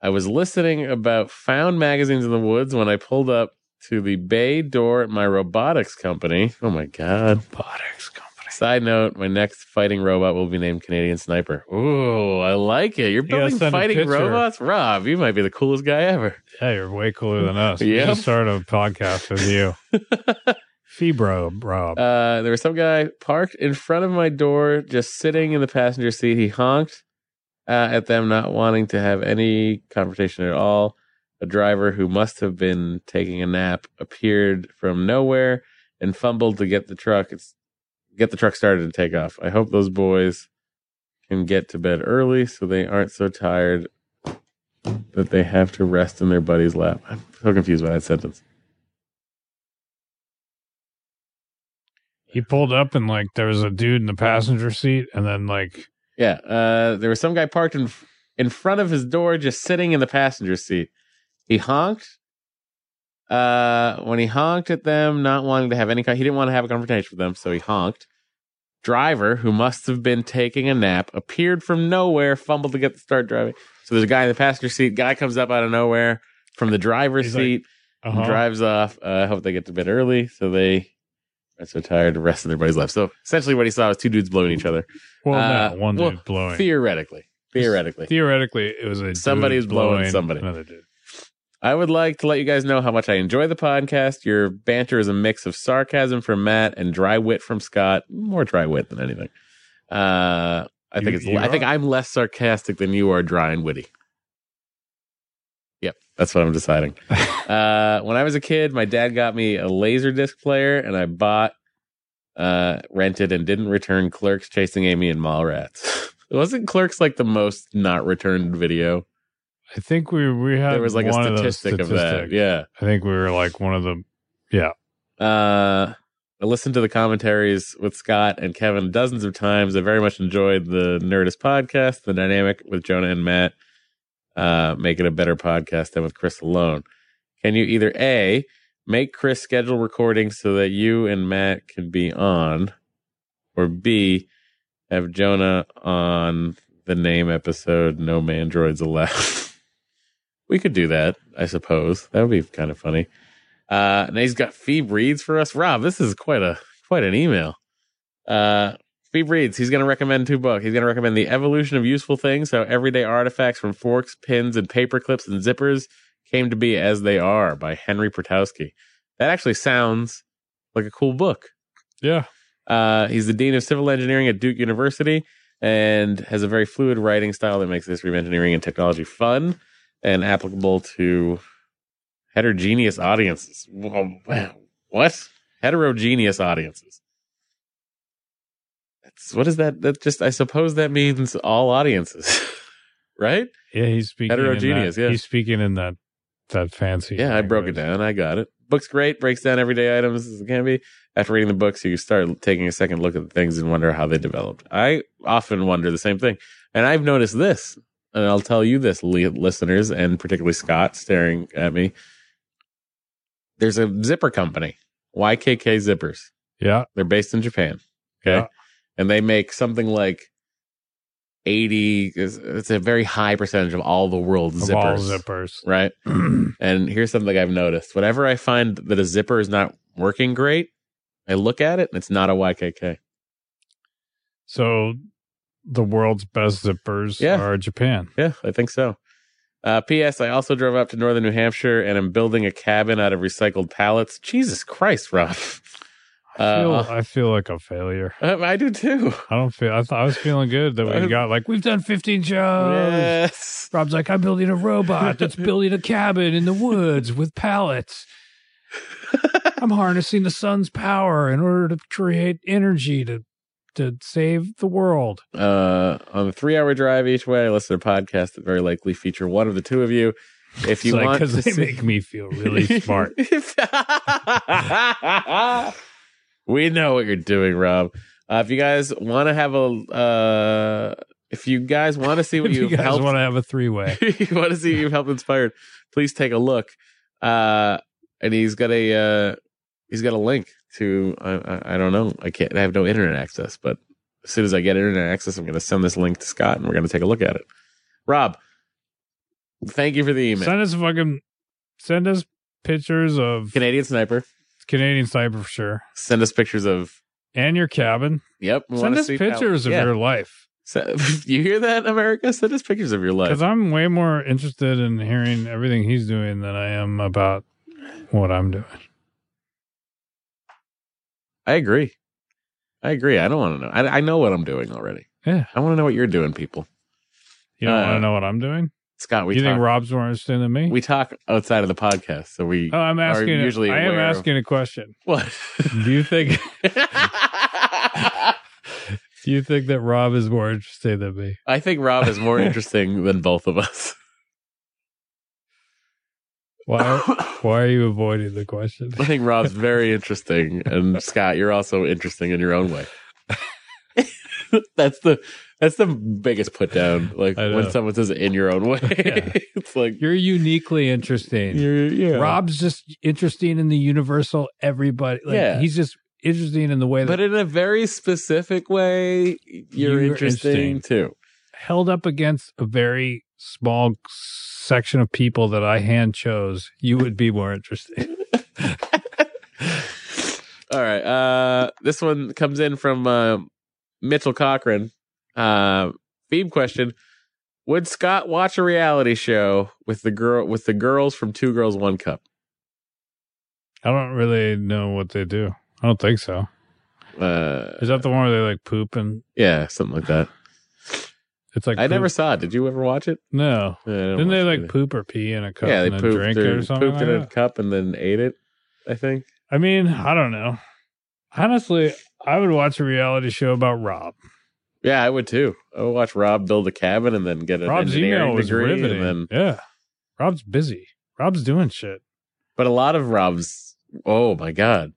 S3: I was listening about found magazines in the woods when I pulled up to the bay door at my robotics company. Oh my God.
S4: Robotics company.
S3: Side note: My next fighting robot will be named Canadian Sniper. Ooh, I like it. You're
S4: Yeah,
S3: building
S4: send a
S3: fighting
S4: picture.
S3: robots, Rob. You might be the coolest guy ever.
S4: Yeah, you're way cooler than us. We
S3: Yeah.
S4: should start a podcast with you. Fibro, Rob.
S3: Uh, there was some guy parked in front of my door, just sitting in the passenger seat. He honked uh, at them, not wanting to have any conversation at all. A driver who must have been taking a nap appeared from nowhere and fumbled to get the truck. It's get the truck started and take off. I hope those boys can get to bed early so they aren't so tired that they have to rest in their buddy's lap. I'm so confused by that sentence.
S4: he pulled up and like there was a dude in the passenger seat, and then like
S3: Yeah, uh, there was some guy parked in in front of his door, just sitting in the passenger seat. He honked. Uh, when he honked at them, not wanting to have any, con- he didn't want to have a confrontation with them, so he honked. Driver, who must have been taking a nap, appeared from nowhere, fumbled to get the start driving. So there's a guy in the passenger seat. Guy comes up out of nowhere from the driver's
S4: He's like,
S3: seat, and
S4: uh-huh.
S3: drives off. Uh, I hope they get to bed early so they are so tired, the rest of their bodies left. So essentially, what he saw was two dudes blowing each other.
S4: well,
S3: uh,
S4: no, one
S3: well,
S4: dude blowing.
S3: Theoretically. Theoretically.
S4: Theoretically, it was a
S3: Somebody
S4: dude
S3: was blowing somebody.
S4: Another dude.
S3: I would like to let you guys know how much I enjoy the podcast. Your banter is a mix of sarcasm from Matt and dry wit from Scott. More dry wit than anything. Uh, I
S4: You-
S3: think it's.
S4: you
S3: I think
S4: are?
S3: I'm less sarcastic than you are dry and witty. Yep, that's what I'm deciding. uh, when I was a kid, my dad got me a laser disc player, and I bought, uh, rented, and didn't return Clerks, Chasing Amy, and Mallrats. Wasn't Clerks like the most not returned video?
S4: I think we we had
S3: there was like a
S4: one of those
S3: statistic of that.
S4: statistics.
S3: Yeah.
S4: I think we were like one of the
S3: Uh, I listened to the commentaries with Scott and Kevin dozens of times. I very much enjoyed the Nerdist podcast. The dynamic with Jonah and Matt uh, make it a better podcast than with Chris alone. Can you either A, make Chris schedule recordings so that you and Matt can be on, or B, have Jonah on the name episode No Mandroids Allowed? we could do that, I suppose. That would be kind of funny. Uh, and he's got Phoebe Reads for us. Rob, this is quite a quite an email. Uh, Phoebe Reads, he's going to recommend two books. He's going to recommend The Evolution of Useful Things, How Everyday Artifacts from Forks, Pins, and Paper Clips and Zippers Came to Be As They Are by Henry Protowski. That actually sounds like a cool book.
S4: yeah.
S3: Uh, he's the dean of civil engineering at Duke University and has a very fluid writing style that makes the history of engineering and technology fun and applicable to heterogeneous audiences. Wha- wha- What? Heterogeneous audiences. That's what is that? That just I suppose that means all audiences, right?
S4: Yeah, he's speaking in that-
S3: Heterogeneous, yeah.
S4: he's speaking in that that fancy.
S3: Yeah, I broke it
S4: language.
S3: down. I got it. Book's great. Breaks down everyday items as it can be. After reading the books, you start taking a second look at the things and wonder how they developed. I often wonder the same thing, and I've noticed this, and I'll tell you this, li- listeners, and particularly Scott staring at me. There's a zipper company, YKK Zippers.
S4: Yeah,
S3: They're based in Japan. Okay.
S4: Yeah.
S3: And they make something like 80, it's- it's a very high percentage of all the world's
S4: of
S3: zippers.
S4: all zippers.
S3: Right. And here's something I've noticed. Whenever I find that a zipper is not working great, I look at it and it's not a YKK.
S4: So the world's best zippers
S3: Yeah.
S4: are Japan.
S3: Yeah, I think so. Uh, P.S. I also drove up to northern New Hampshire and I'm building a cabin out of recycled pallets. Jesus Christ, Rob.
S4: I feel,
S3: Uh,
S4: I feel like a failure.
S3: Um, I do too.
S4: I don't feel. I thought I was feeling good that we
S3: I'm-
S4: got like we've done 15 shows.
S3: yes.
S4: Rob's like, I'm building a robot that's building a cabin in the woods with pallets. I'm harnessing the sun's power in order to create energy to to save the world.
S3: Uh, on the three hour drive each way, I listen to podcasts that very likely feature one of the two of you. If you
S4: It's like,
S3: want to
S4: they
S3: see-
S4: make me feel really smart.
S3: we know what you're doing, Rob. Uh, if you guys want to have a, uh, if you guys want to see what
S4: if you
S3: you've
S4: guys
S3: helped,
S4: want to have a three way,
S3: if you want to see what you've helped inspired, please take a look. Uh, and he's got a, uh, he's got a link to, I, I, I don't know, I can't, I have no internet access, but as soon as I get internet access, I'm going to send this link to Scott and we're going to take a look at it. Rob, thank you for the email.
S4: send us fucking send us pictures of
S3: Canadian Sniper,
S4: Canadian cyber for sure
S3: send us pictures of
S4: and your cabin.
S3: Yep. we
S4: Send
S3: wanna
S4: us
S3: see
S4: pictures of
S3: yeah.
S4: your life
S3: How, so, you hear that, America? Send us pictures of your life.
S4: because I'm way more interested in hearing everything he's doing than I am about what I'm doing.
S3: I agree. I agree. I don't want to know. I, I know what I'm doing already.
S4: Yeah.
S3: I want to know what you're doing, people.
S4: You don't
S3: Uh,
S4: want to know what I'm doing?
S3: Scott, we
S4: you
S3: talk,
S4: think Rob's more interested than me?
S3: we talk outside of the podcast, so we
S4: oh, I'm asking.
S3: usually
S4: I am
S3: aware of-
S4: asking a question.
S3: what?
S4: Do you think? do you think that Rob is more interested than me?
S3: I think Rob is more interesting than both of us.
S4: Why?
S3: I
S4: why are you avoiding the question?
S3: think Rob's very interesting, and Scott, you're also interesting in your own way. that's the that's the biggest put down. Like
S4: I know.
S3: when someone says in your own way,
S4: Yeah.
S3: it's like
S4: You're uniquely interesting.
S3: you're, yeah.
S4: Rob's just interesting in the universal everybody. Like,
S3: Yeah.
S4: he's just interesting in the way that
S3: but in a very specific way, you're,
S4: You're
S3: interesting,
S4: interesting.
S3: too.
S4: held up against a very small section of people that I hand chose, you would be more interesting.
S3: All right, uh, this one comes in from uh, Mitchell Cochran. Uh, theme question: Would Scott watch a reality show with the girl with the girls from Two Girls One Cup?
S4: I don't really know what they do. I don't think so.
S3: Uh,
S4: Is that the one where they like poop and
S3: yeah, something like that.
S4: it's like
S3: I
S4: poop-
S3: never saw it. Did you ever watch it? Uh,
S4: no.
S3: I don't
S4: Didn't they
S3: watch it
S4: like
S3: either.
S4: poop or pee in a cup
S3: yeah, they
S4: and then
S3: pooped,
S4: drink
S3: their-
S4: or something
S3: pooped
S4: like
S3: in a
S4: that?
S3: cup and then ate it. I think.
S4: I mean, I don't know. Honestly, I would watch a reality show about Rob.
S3: Yeah, I would too. I would watch Rob build a cabin and then get an
S4: Rob's
S3: engineering
S4: email was
S3: degree, and
S4: riveting.
S3: then-
S4: Yeah. Rob's busy. Rob's doing shit.
S3: but a lot of Rob's. Oh my god,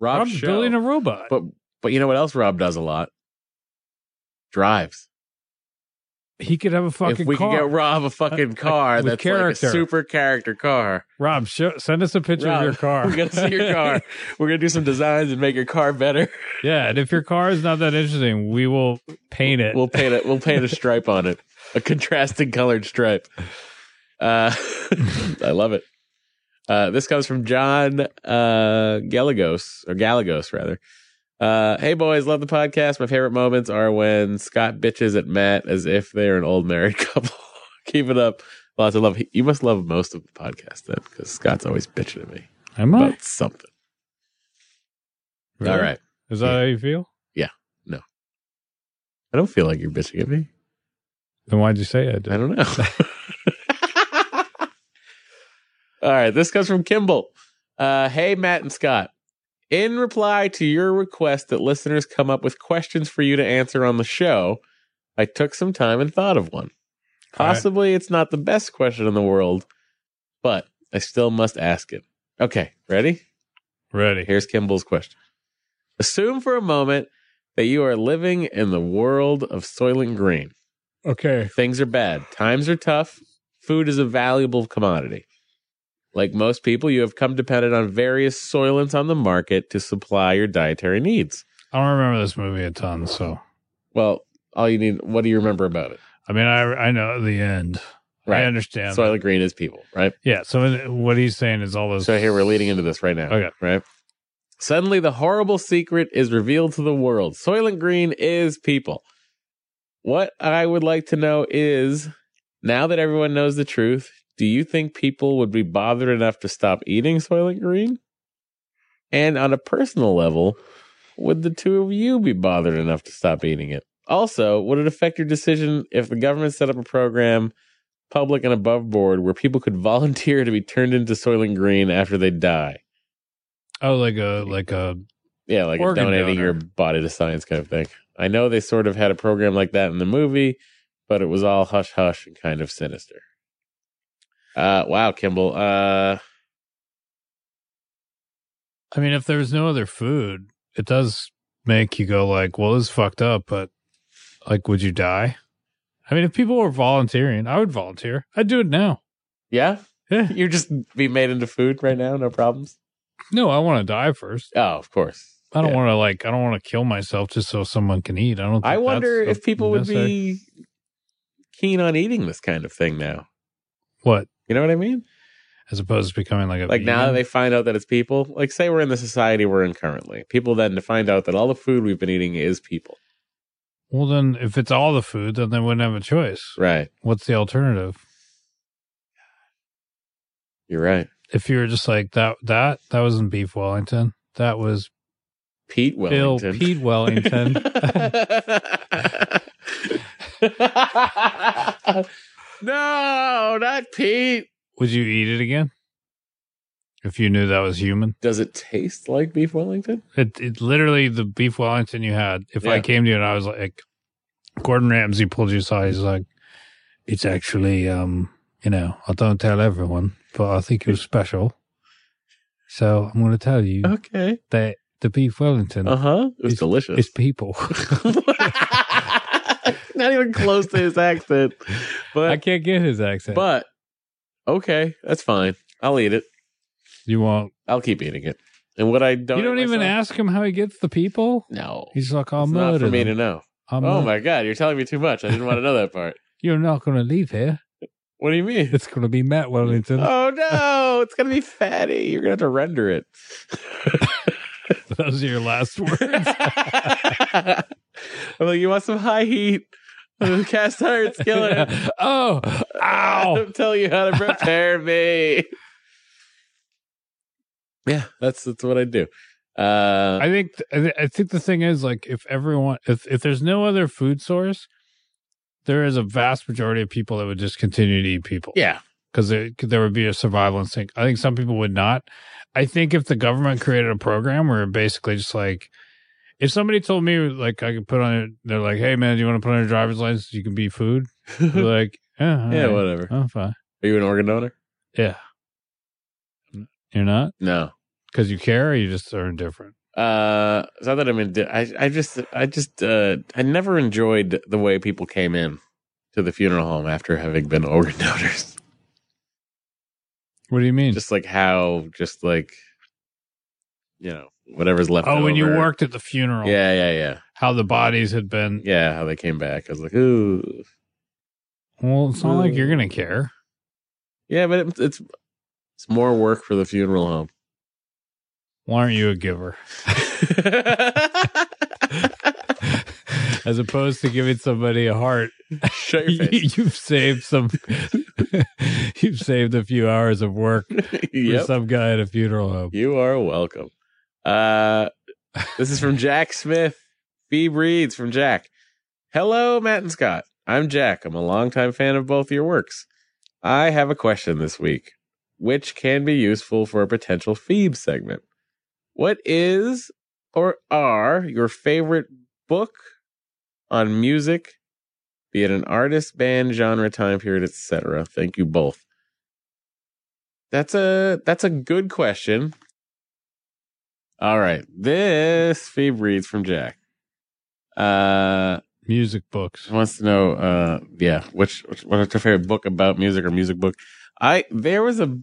S3: Rob
S4: Rob's
S3: show.
S4: building a robot.
S3: But but you know what else Rob does a lot? Drives.
S4: he could have a fucking
S3: if we
S4: car.
S3: could get Rob a fucking
S4: Uh,
S3: car
S4: with
S3: that's
S4: character.
S3: like a super character car.
S4: Rob, show, send us a picture
S3: Rob,
S4: of your car.
S3: We're gonna see your car. We're gonna do some designs and make your car better.
S4: yeah, and if your car is not that interesting, we will paint it.
S3: We'll paint it. We'll paint a stripe on it, a contrasting colored stripe. Uh, I love it. Uh, this comes from John uh, Galagos or Galagos rather. Uh, hey boys, love the podcast. My favorite moments are when Scott bitches at Matt as if they're an old married couple. Keep it up. Lots of love. He- You must love most of the podcast then, because Scott's always bitching at me
S4: Am I?
S3: about something.
S4: Really?
S3: All right.
S4: Is that
S3: Yeah.
S4: how you feel?
S3: I don't feel like you're bitching at me.
S4: Then why'd you say it?
S3: I don't know. All right, this comes from Kimball. Uh, hey, Matt and Scott. In reply to your request that listeners come up with questions for you to answer on the show, I took some time and thought of one.
S4: All right.
S3: Possibly it's not the best question in the world, but I still must ask it. Okay, ready?
S4: Ready.
S3: Here's Kimball's question. Assume for a moment that you are living in the world of Soylent Green.
S4: Okay.
S3: Things are bad. Times are tough. Food is a valuable commodity. Like most people, you have come dependent on various soylents on the market to supply your dietary needs.
S4: I don't remember this movie a ton, so
S3: Well, all you need, what do you remember about it?
S4: I mean, I I know the end. I
S3: Right.
S4: understand.
S3: Soylent Green is people, right?
S4: yeah. So what he's saying is all those.
S3: So here we're leading into this right now.
S4: Okay.
S3: Right. Suddenly, the horrible secret is revealed to the world. Soylent Green is people. What I would like to know is now that everyone knows the truth, do you think people would be bothered enough to stop eating Soylent Green? And on a personal level, would the two of you be bothered enough to stop eating it? Also, would it affect your decision if the government set up a program, public and above board, where people could volunteer to be turned into Soylent Green after they die?
S4: Oh, like a like a
S3: Yeah, like
S4: Organ
S3: donating
S4: donor.
S3: your body to science kind of thing. I know they sort of had a program like that in the movie, but it was all hush hush and kind of sinister. Uh, wow, Kimball. Uh,
S4: I mean, if there's no other food, it does make you go like, "Well, this is fucked up," but like, would you die? I mean, if people were volunteering, I would volunteer. I'd do it now.
S3: yeah,
S4: Yeah.
S3: you just be made into food right now, no problems.
S4: No, I want to die first.
S3: Oh, of course.
S4: I don't
S3: Yeah.
S4: want to like. I don't want to kill myself just so someone can eat. I don't. Think
S3: I
S4: that's
S3: wonder
S4: a-
S3: if people would
S4: necessary-
S3: be keen on eating this kind of thing now.
S4: what
S3: You know what I mean?
S4: as opposed to becoming like a
S3: Like now that
S4: vegan?
S3: they find out that it's people, like say we're in the society we're in currently, people then to find out that all the food we've been eating is people.
S4: Well, then if it's all the food, then they wouldn't have a choice.
S3: Right.
S4: What's the alternative?
S3: You're right.
S4: If you were just like that, that that wasn't beef Wellington. That was
S3: Pete Wellington.
S5: Bill Pete Wellington.
S3: no, not Pete.
S4: Would you eat it again? If you knew that was human,
S3: Does it taste like beef Wellington?
S4: it, it literally the beef Wellington you had. If I
S3: Yeah.
S4: came to you and I was like, Gordon Ramsay pulled you aside, he's like, it's actually, um, you know, I don't tell everyone, but I think it was special. So I'm going to tell you
S3: Okay.
S4: that the beef Wellington
S3: Uh huh. It was
S4: It's-
S3: delicious.
S4: is people.
S3: not even close to his accent,
S5: I
S3: but
S5: can't get his accent.
S3: but okay, that's fine. I'll eat it.
S4: you won't.
S3: I'll keep eating it. And what I don't
S4: you don't
S3: eat
S4: even
S3: myself-
S4: ask him how he gets the people.
S3: No,
S4: He's like, I'll
S3: it's not
S4: murder
S3: for me
S4: them.
S3: to know.
S4: I'll
S3: oh
S4: murder-
S3: my god, you're telling me too much. I didn't want to know that part.
S4: You're not going to leave here.
S3: What do you mean?
S5: it's gonna be Matt Wellington.
S3: Oh no, it's gonna be fatty. You're gonna have to render it.
S4: Those are your last words.
S3: I'm like, you want some high heat? Cast iron skillet.
S5: oh, ow!
S3: I'll tell you
S4: Oh.
S3: how to prepare me. Yeah, that's that's what I do. Uh,
S4: I think I thi- I think the thing is like if everyone if if there's no other food source, there is a vast majority of people that would just continue to eat people.
S3: yeah,
S4: because there, 'cause there would be a survival instinct. I think some people would not. I think if the government created a program where basically just like, if somebody told me like I could put on it, they're like, "Hey man, do you want to put on your driver's license? You can be food." I'd be like, yeah, all
S3: yeah,
S4: right.
S3: whatever.
S4: I'm fine.
S3: Are you an organ donor?
S4: Yeah, you're not
S3: No.
S4: because you care, or you just are indifferent.
S3: Uh, it's not that I'm in. I I just I just uh I never enjoyed the way people came in to the funeral home after having been organ donors.
S4: What do you mean?
S3: just like how just like you know whatever's left
S4: oh, when you
S3: over.
S4: worked at the funeral,
S3: yeah yeah yeah
S4: how the bodies had been.
S3: yeah how they came back i was like ooh
S4: Well, it's not like you're gonna care.
S3: yeah but it, it's it's more work for the funeral home
S4: Why aren't you a giver?
S5: As opposed to giving somebody a heart,
S3: shut your face
S5: you've saved some. you've saved a few hours of work for
S3: yep
S5: some guy at a funeral
S4: Uh,
S5: home.
S3: you are welcome uh this is from jack smith fee breeds from jack hello matt and scott i'm jack i'm a longtime fan of both your works i have a question this week which can be useful for a potential Phoebe segment. What is or are your favorite book on music, be it an artist, band, genre, time period, etc.? Thank you both. That's a that's a good question. All right, this Phoebe reads from Jack. Uh,
S4: Music books.
S3: wants to know, uh, yeah, which, which what's your favorite book about music or music book? I there was a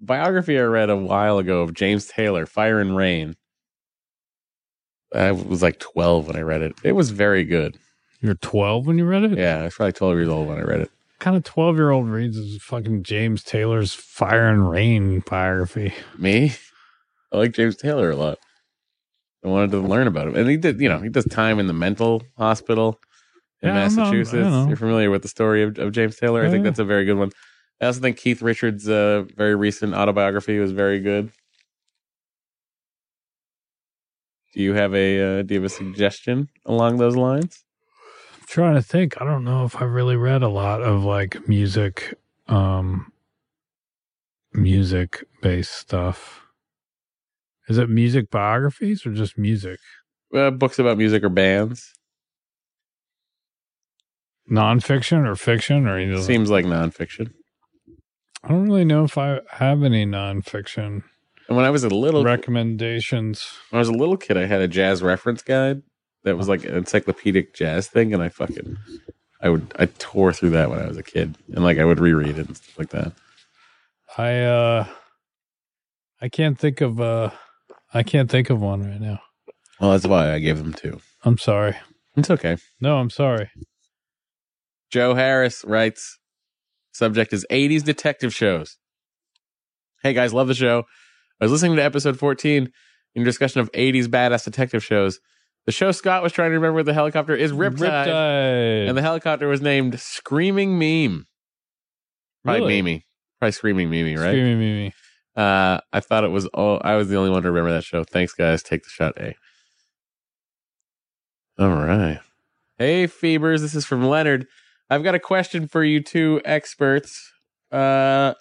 S3: biography I read a while ago of James Taylor, Fire and Rain. I was like twelve when I read it. It was very good.
S4: You're 12 when you read it.
S3: Yeah, I was probably twelve years old when I read it.
S4: kind of 12 year old reads is fucking James Taylor's Fire and Rain biography.
S3: Me, I like James Taylor a lot. I wanted to learn about him, and he did. You know, he does time in the mental hospital in
S4: Yeah, I'm not- I
S3: Massachusetts.
S4: know.
S3: You're familiar with the story of, of James Taylor. I
S4: Yeah,
S3: think
S4: yeah.
S3: that's a very good one. I also think Keith Richards' uh, very recent autobiography was very good. Do you have a uh, Do you have a suggestion along those lines?
S4: I'm trying to think. I don't know if I really read a lot of like music, um, music based stuff. Is it music biographies or just music?
S3: Uh, books about music or bands
S4: Nonfiction or fiction or either?
S3: seems like nonfiction.
S4: I don't really know if I have any nonfiction
S3: And when I was a little
S4: recommendations.
S3: When I was a little kid, I had a jazz reference guide that was like an encyclopedic jazz thing, and I fucking, I would, I tore through that when I was a kid, and like I would reread it and stuff like that.
S4: I, uh, I can't think of, uh, I can't think of one right now.
S3: Well, that's why I gave them two.
S4: I'm sorry.
S3: It's okay.
S4: No, I'm sorry.
S3: Joe Harris writes, subject is '80s detective shows. Hey guys, love the show. I was listening to episode 14 in your discussion of 80s badass detective shows. The show Scott was trying to remember the helicopter is Riptide,
S5: Riptide.
S3: and the helicopter was named Screaming Meme. Probably
S5: Really?
S3: Mimi. Probably Screaming Mimi, right?
S5: Screaming Mimi.
S3: Uh, I thought it was all. I was the only one to remember that show. Thanks, guys. Take the shot, A. All right. Hey, Febers. This is from Leonard. I've got a question for you two experts. Uh,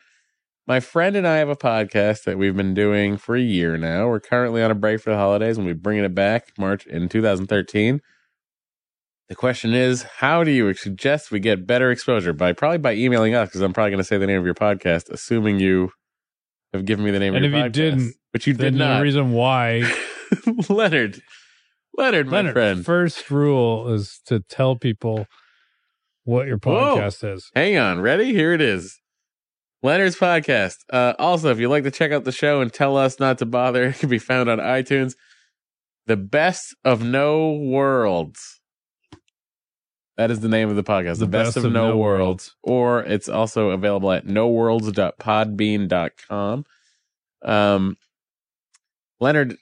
S3: my friend and I have a podcast that we've been doing for a year now. We're currently on a break for the holidays, and we're bringing it back March in 2013. The question is, how do you suggest we get better exposure? By probably by emailing us, because I'm probably going to say the name of your podcast, assuming you have given me the name
S4: And
S3: of your
S4: if you
S3: podcast.
S4: didn't,
S3: but you
S4: Then
S3: did not,
S4: the reason why
S3: Leonard, Leonard, my
S4: Leonard,
S3: friend.
S4: first rule is to tell people what your
S3: Whoa.
S4: podcast is.
S3: Hang on, ready? Here it is. Leonard's podcast. Uh, also, if you'd like to check out the show and tell us not to bother, it can be found on iTunes. The best of no worlds. That is the name of the podcast. The, best, of, no, worlds. Or it's also available at noworlds.podbean.com. Um, Leonard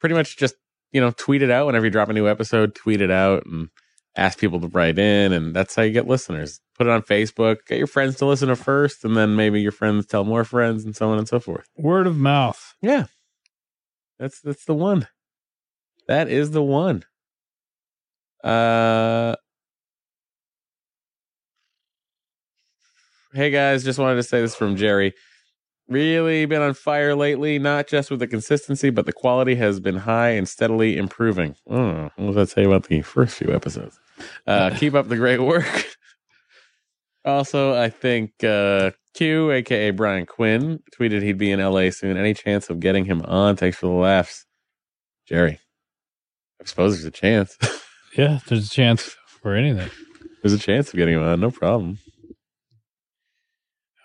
S3: pretty much just, you know, tweet it out whenever you drop a new episode, tweet it out and ask people to write in and that's how you get listeners put it on facebook get your friends to listen to first and then maybe your friends tell more friends and so on and so forth
S4: Word of mouth.
S3: yeah that's that's the one that is the one uh hey guys just wanted to say this from jerry really been on fire lately not just with the consistency but the quality has been high and steadily improving oh, what did i say about the first few episodes uh keep up the great work also i think uh q aka brian quinn tweeted he'd be in la soon any chance of getting him on thanks for the laughs jerry i suppose there's a chance
S4: Yeah, there's a chance for anything.
S3: there's a chance of getting him on no problem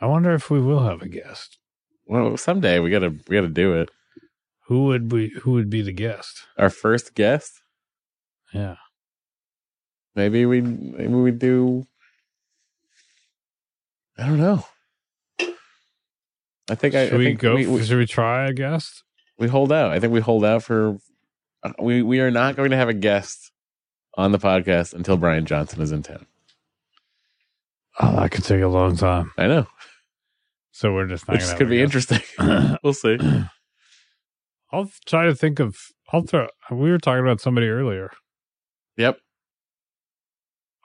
S4: I wonder if we will have a guest.
S3: well someday we gotta we gotta do it
S4: Who would be who would be the guest?
S3: our first guest
S4: Yeah.
S3: Maybe we maybe we do. I don't know. I think I, I
S4: should we
S3: think
S4: go
S3: We, we,
S4: should we try a guest?
S3: we hold out. I think we hold out for. uh, We we are not going to have a guest on the podcast until Brian Johnson is in town.
S4: Oh, that could take a long time.
S3: I know,
S4: So we're just not
S3: which
S4: gonna
S3: could
S4: have a
S3: be
S4: guest.
S3: interesting. we'll see.
S4: I'll try to think of I'll throw we were talking about somebody earlier.
S3: Yep.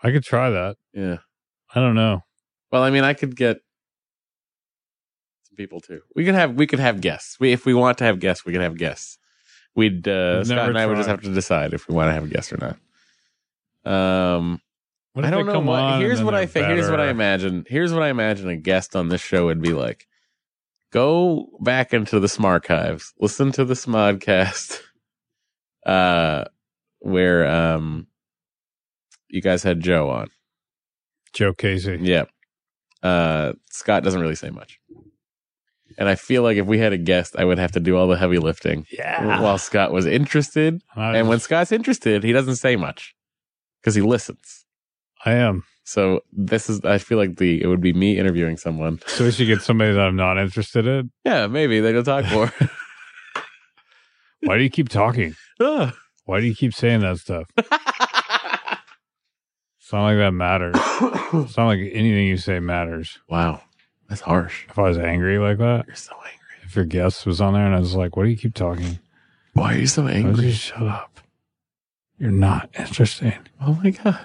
S4: I could try that.
S3: Yeah.
S4: I don't know.
S3: Well, I mean, I could get some people too. We could have we could have guests. We if we want to have guests, we could have guests. We'd uh,
S4: We've
S3: Scott
S4: never
S3: and I would just
S4: tried.
S3: have to decide if we want to have a guest or not. Um,
S4: What
S3: I
S4: if they
S3: don't know.
S4: come
S3: What,
S4: on and
S3: here's
S4: then
S3: what I
S4: they're
S3: think. Here's what I
S4: better?
S3: imagine. Here's what I imagine a guest on this show would be like. Go back into the Smarchives. Listen to the Smodcast, uh, where um, you guys had Joe on.
S4: Joe Casey.
S3: Yeah. Uh, Scott doesn't really say much. And I feel like if we had a guest, I would have to do all the heavy lifting
S4: Yeah.
S3: while Scott was interested.
S4: I,
S3: And when Scott's interested, he doesn't say much because he listens.
S4: I am.
S3: So this is, I feel like the, it would be me interviewing someone.
S4: So we should get somebody that I'm not interested in.
S3: Yeah, maybe they go talk more.
S4: Why do you keep talking?
S3: Ugh.
S4: Why do you keep saying that stuff? It's not like that matters. It's not like anything you say matters.
S3: wow. That's harsh.
S4: If I was angry like that,
S3: You're so angry.
S4: if your guest was on there and I was like, why do you keep talking?
S3: Why are you so
S4: Why don't
S3: angry?
S4: you shut up? You're not interesting.
S3: Oh my God.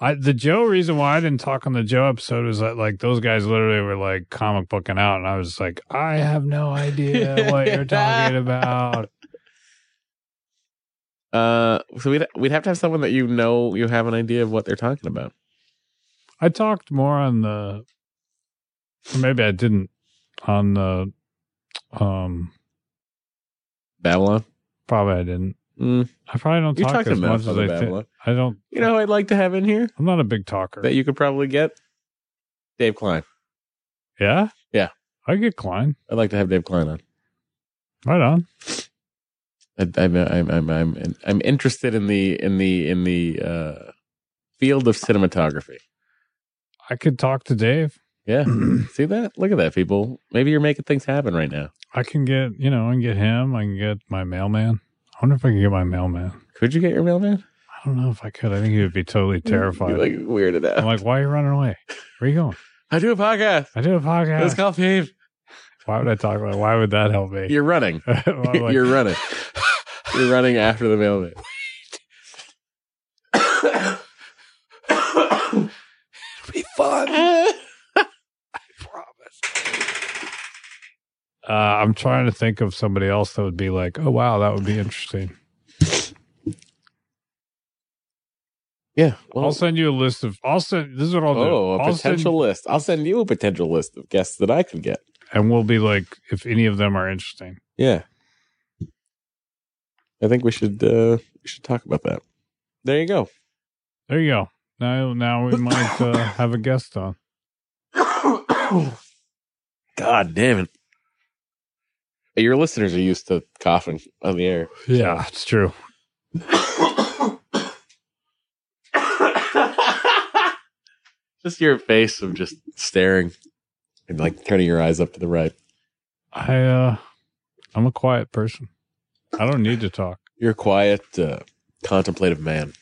S4: I, the Joe reason why I didn't talk on the Joe episode was that like those guys literally were like comic booking out, and I was like, I have no idea what you're talking about.
S3: Uh, so we'd, we'd have to have someone that you know you have an idea of what they're talking about.
S4: I talked more on the, or maybe I didn't on the, um,
S3: Babylon.
S4: probably I didn't.
S3: Mm,
S4: I probably don't
S3: you
S4: talk
S3: talked
S4: as
S3: enough
S4: much as
S3: about
S4: I think.
S3: Babylon.
S4: I don't.
S3: You know, who I'd like to have in here
S4: I'm not a big talker.
S3: that you could probably get Dave Klein.
S4: yeah,
S3: Yeah.
S4: I get Klein
S3: I'd like to have Dave Klein on.
S4: right on.
S3: I, I'm, I'm, I'm, I'm, I'm interested in the in the in the uh, field of cinematography.
S4: I could talk to Dave.
S3: Yeah. See that? Look at that, people. Maybe you're making things happen right now.
S4: I can get, you know, I can get him. I can get my mailman. I wonder if I can get my mailman.
S3: Could you get your mailman?
S4: I don't know if I could. I think he would be totally terrified.
S3: You're, like weirded out.
S4: I'm like, why are you running away? Where are you going?
S3: I do a podcast.
S4: I did a
S3: It's
S4: podcast.
S3: called Fave.
S4: Why would I talk about? Why would that help me?
S3: You're running.
S4: I'm Oh, like,
S3: you're running. you're running after the mailman.
S4: be fun. I promise. Uh, I'm trying to think of somebody else that would be like, oh wow, that would be interesting.
S3: yeah. Well,
S4: I'll send you a list of. I'll send. This is what I'll do.
S3: oh, a
S4: I'll send-
S3: potential list. I'll send you a potential list of guests that I could get.
S4: and we'll be like, if any of them are interesting.
S3: Yeah. I think we should uh we should talk about that. There you go.
S4: There you go. Now, now we might uh, have a guest on.
S3: God damn it. Your listeners are used to coughing on the air.
S4: Yeah, it's true.
S3: just your face of just staring and like turning your eyes up to the right.
S4: I, uh, I'm a quiet person. I don't need to talk.
S3: You're a quiet, uh, contemplative man.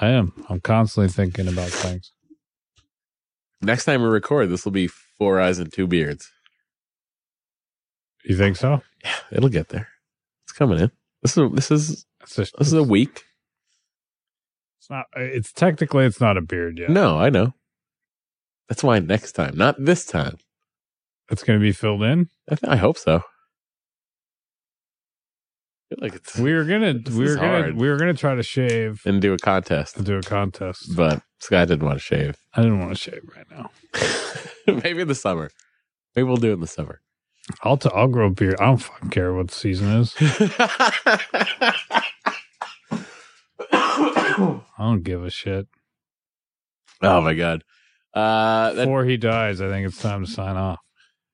S4: I am. I'm constantly thinking about things.
S3: Next time we record, this will be four eyes and two beards.
S4: You think so?
S3: Yeah, it'll get there. It's coming in. This is this is
S4: It's just,
S3: this is a week.
S4: It's not. It's technically it's not a beard yet.
S3: No, I know. That's why next time, not this time.
S4: It's going to be filled in.
S3: I, th- I hope so. I feel like it's
S4: We were gonna.
S3: This
S4: we
S3: is
S4: were gonna.
S3: hard.
S4: We were gonna try to shave
S3: and do a contest,
S4: to do a contest.
S3: but Sky didn't want to shave.
S4: I didn't want to shave right now.
S3: Maybe in the summer. Maybe we'll do it in the summer.
S4: I'll. T- I'll grow a beard. I don't fucking care what the season is. I don't give a shit.
S3: oh my god. Uh that,
S4: Before he dies, I think it's time to sign off.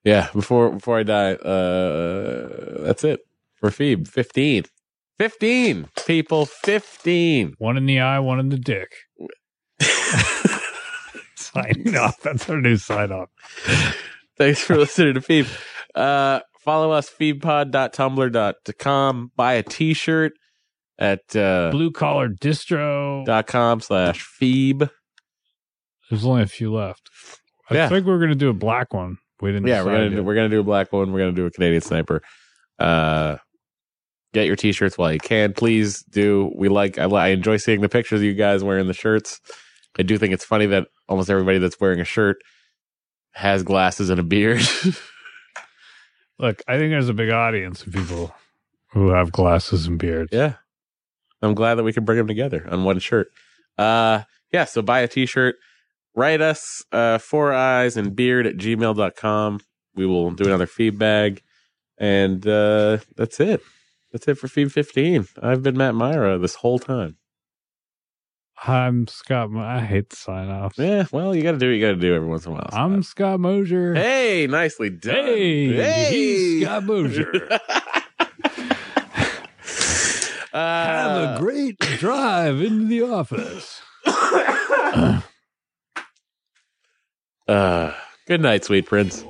S3: yeah, before before I die, uh that's it. For Phoebe. Fifteen. Fifteen people, fifteen.
S4: One in the eye, one in the dick. Sign off. That's our new sign off.
S3: Thanks for listening to Phoebe. Uh, follow us, feedpod.tumblr.com. Buy a t shirt at uh,
S4: Blue collar distro.
S3: dot com slash Phoebe.
S4: There's only a few left. I
S3: Yeah.
S4: think we are gonna do a black one. We didn't.
S3: Yeah, we're
S4: decide
S3: gonna
S4: yet.
S3: do, we're gonna do a black one. We're gonna do a Canadian sniper. Uh, get your t-shirts while you can. Please do. We like. I, li- I enjoy seeing the pictures of you guys wearing the shirts. I do think it's funny that almost everybody that's wearing a shirt has glasses and a beard.
S4: Look, I think there's a big audience of people who have glasses and beards.
S3: yeah, I'm glad that we can bring them together on one shirt. Uh, yeah. So buy a t-shirt. Write us uh, four eyes and beard at gmail.com. We will do another feedback. And uh, that's it. That's it for Feed 15. I've been Matt Myra this whole time.
S4: I'm Scott. Mo- I hate to sign off.
S3: Yeah, well, you got to do what you got to do every once in a while.
S4: I'm Scott Mosier.
S3: Hey, nicely done.
S4: Hey,
S3: hey.
S4: he's Scott Mosier. have a
S3: uh,
S4: great drive into the office.
S3: uh, good night, sweet prince.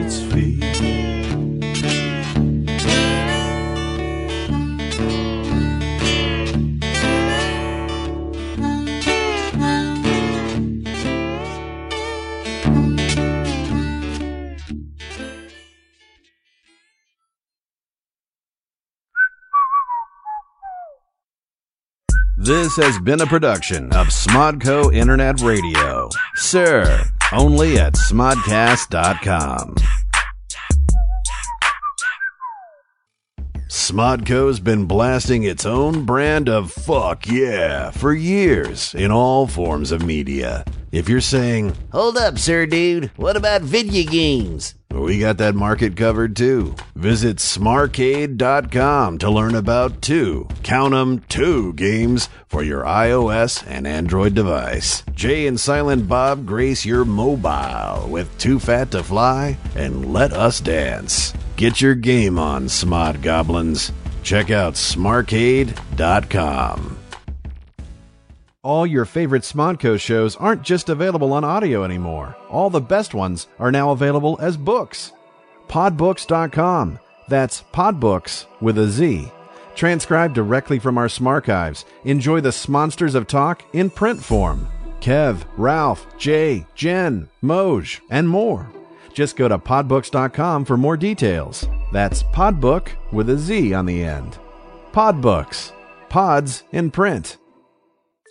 S6: its feet.
S1: This has been a production of Smodco Internet Radio. Sir, only at smodcast.com. Smodco's been blasting its own brand of fuck yeah for years in all forms of media. If you're saying, Hold up, sir, dude, what about video games? We got that market covered too. Visit smarcade.com to learn about two, count 'em, two games for your iOS and Android device. Jay and Silent Bob grace your mobile with Too Fat to Fly and Let Us Dance. Get your game on, Smod Goblins. Check out smarcade.com. All your favorite Smodco shows aren't just available on audio anymore. All the best ones are now available as books. Podbooks.com. That's Podbooks with a Z. Transcribed directly from our Smarchives. Enjoy the Smonsters of Talk in print form. Kev, Ralph, Jay, Jen, Moj, and more. Just go to podbooks.com for more details. That's Podbook with a Z on the end. Podbooks. Pods in print.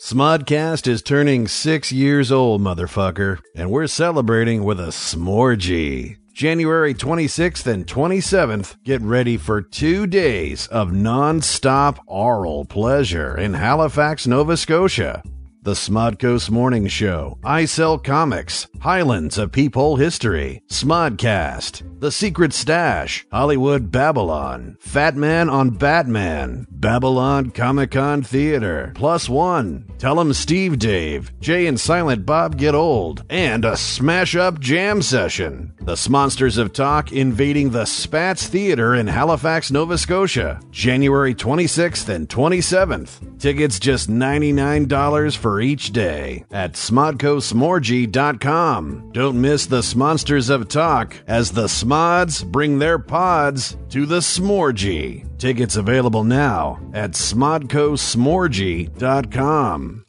S1: Smodcast is turning six years old, motherfucker, and we're celebrating with a smorgy. January 26th and 27th, get ready for two days of non-stop oral pleasure in Halifax, Nova Scotia. The Smodcoast Morning Show, I Sell Comics, Highlands of Peephole History, Smodcast, The Secret Stash, Hollywood Babylon, Fat Man on Batman, Babylon Comic Con Theater, Plus One, Tell 'em Steve Dave, Jay and Silent Bob Get Old, and a smash up jam session. The Smonsters of Talk invading the Spats Theater in Halifax, Nova Scotia, January 26th and 27th. Tickets just $99 for each day at smodcosmorgy.com. Don't miss the Smonsters of Talk as the Smods bring their pods to the Smorgy. Tickets available now at smodcosmorgy.com.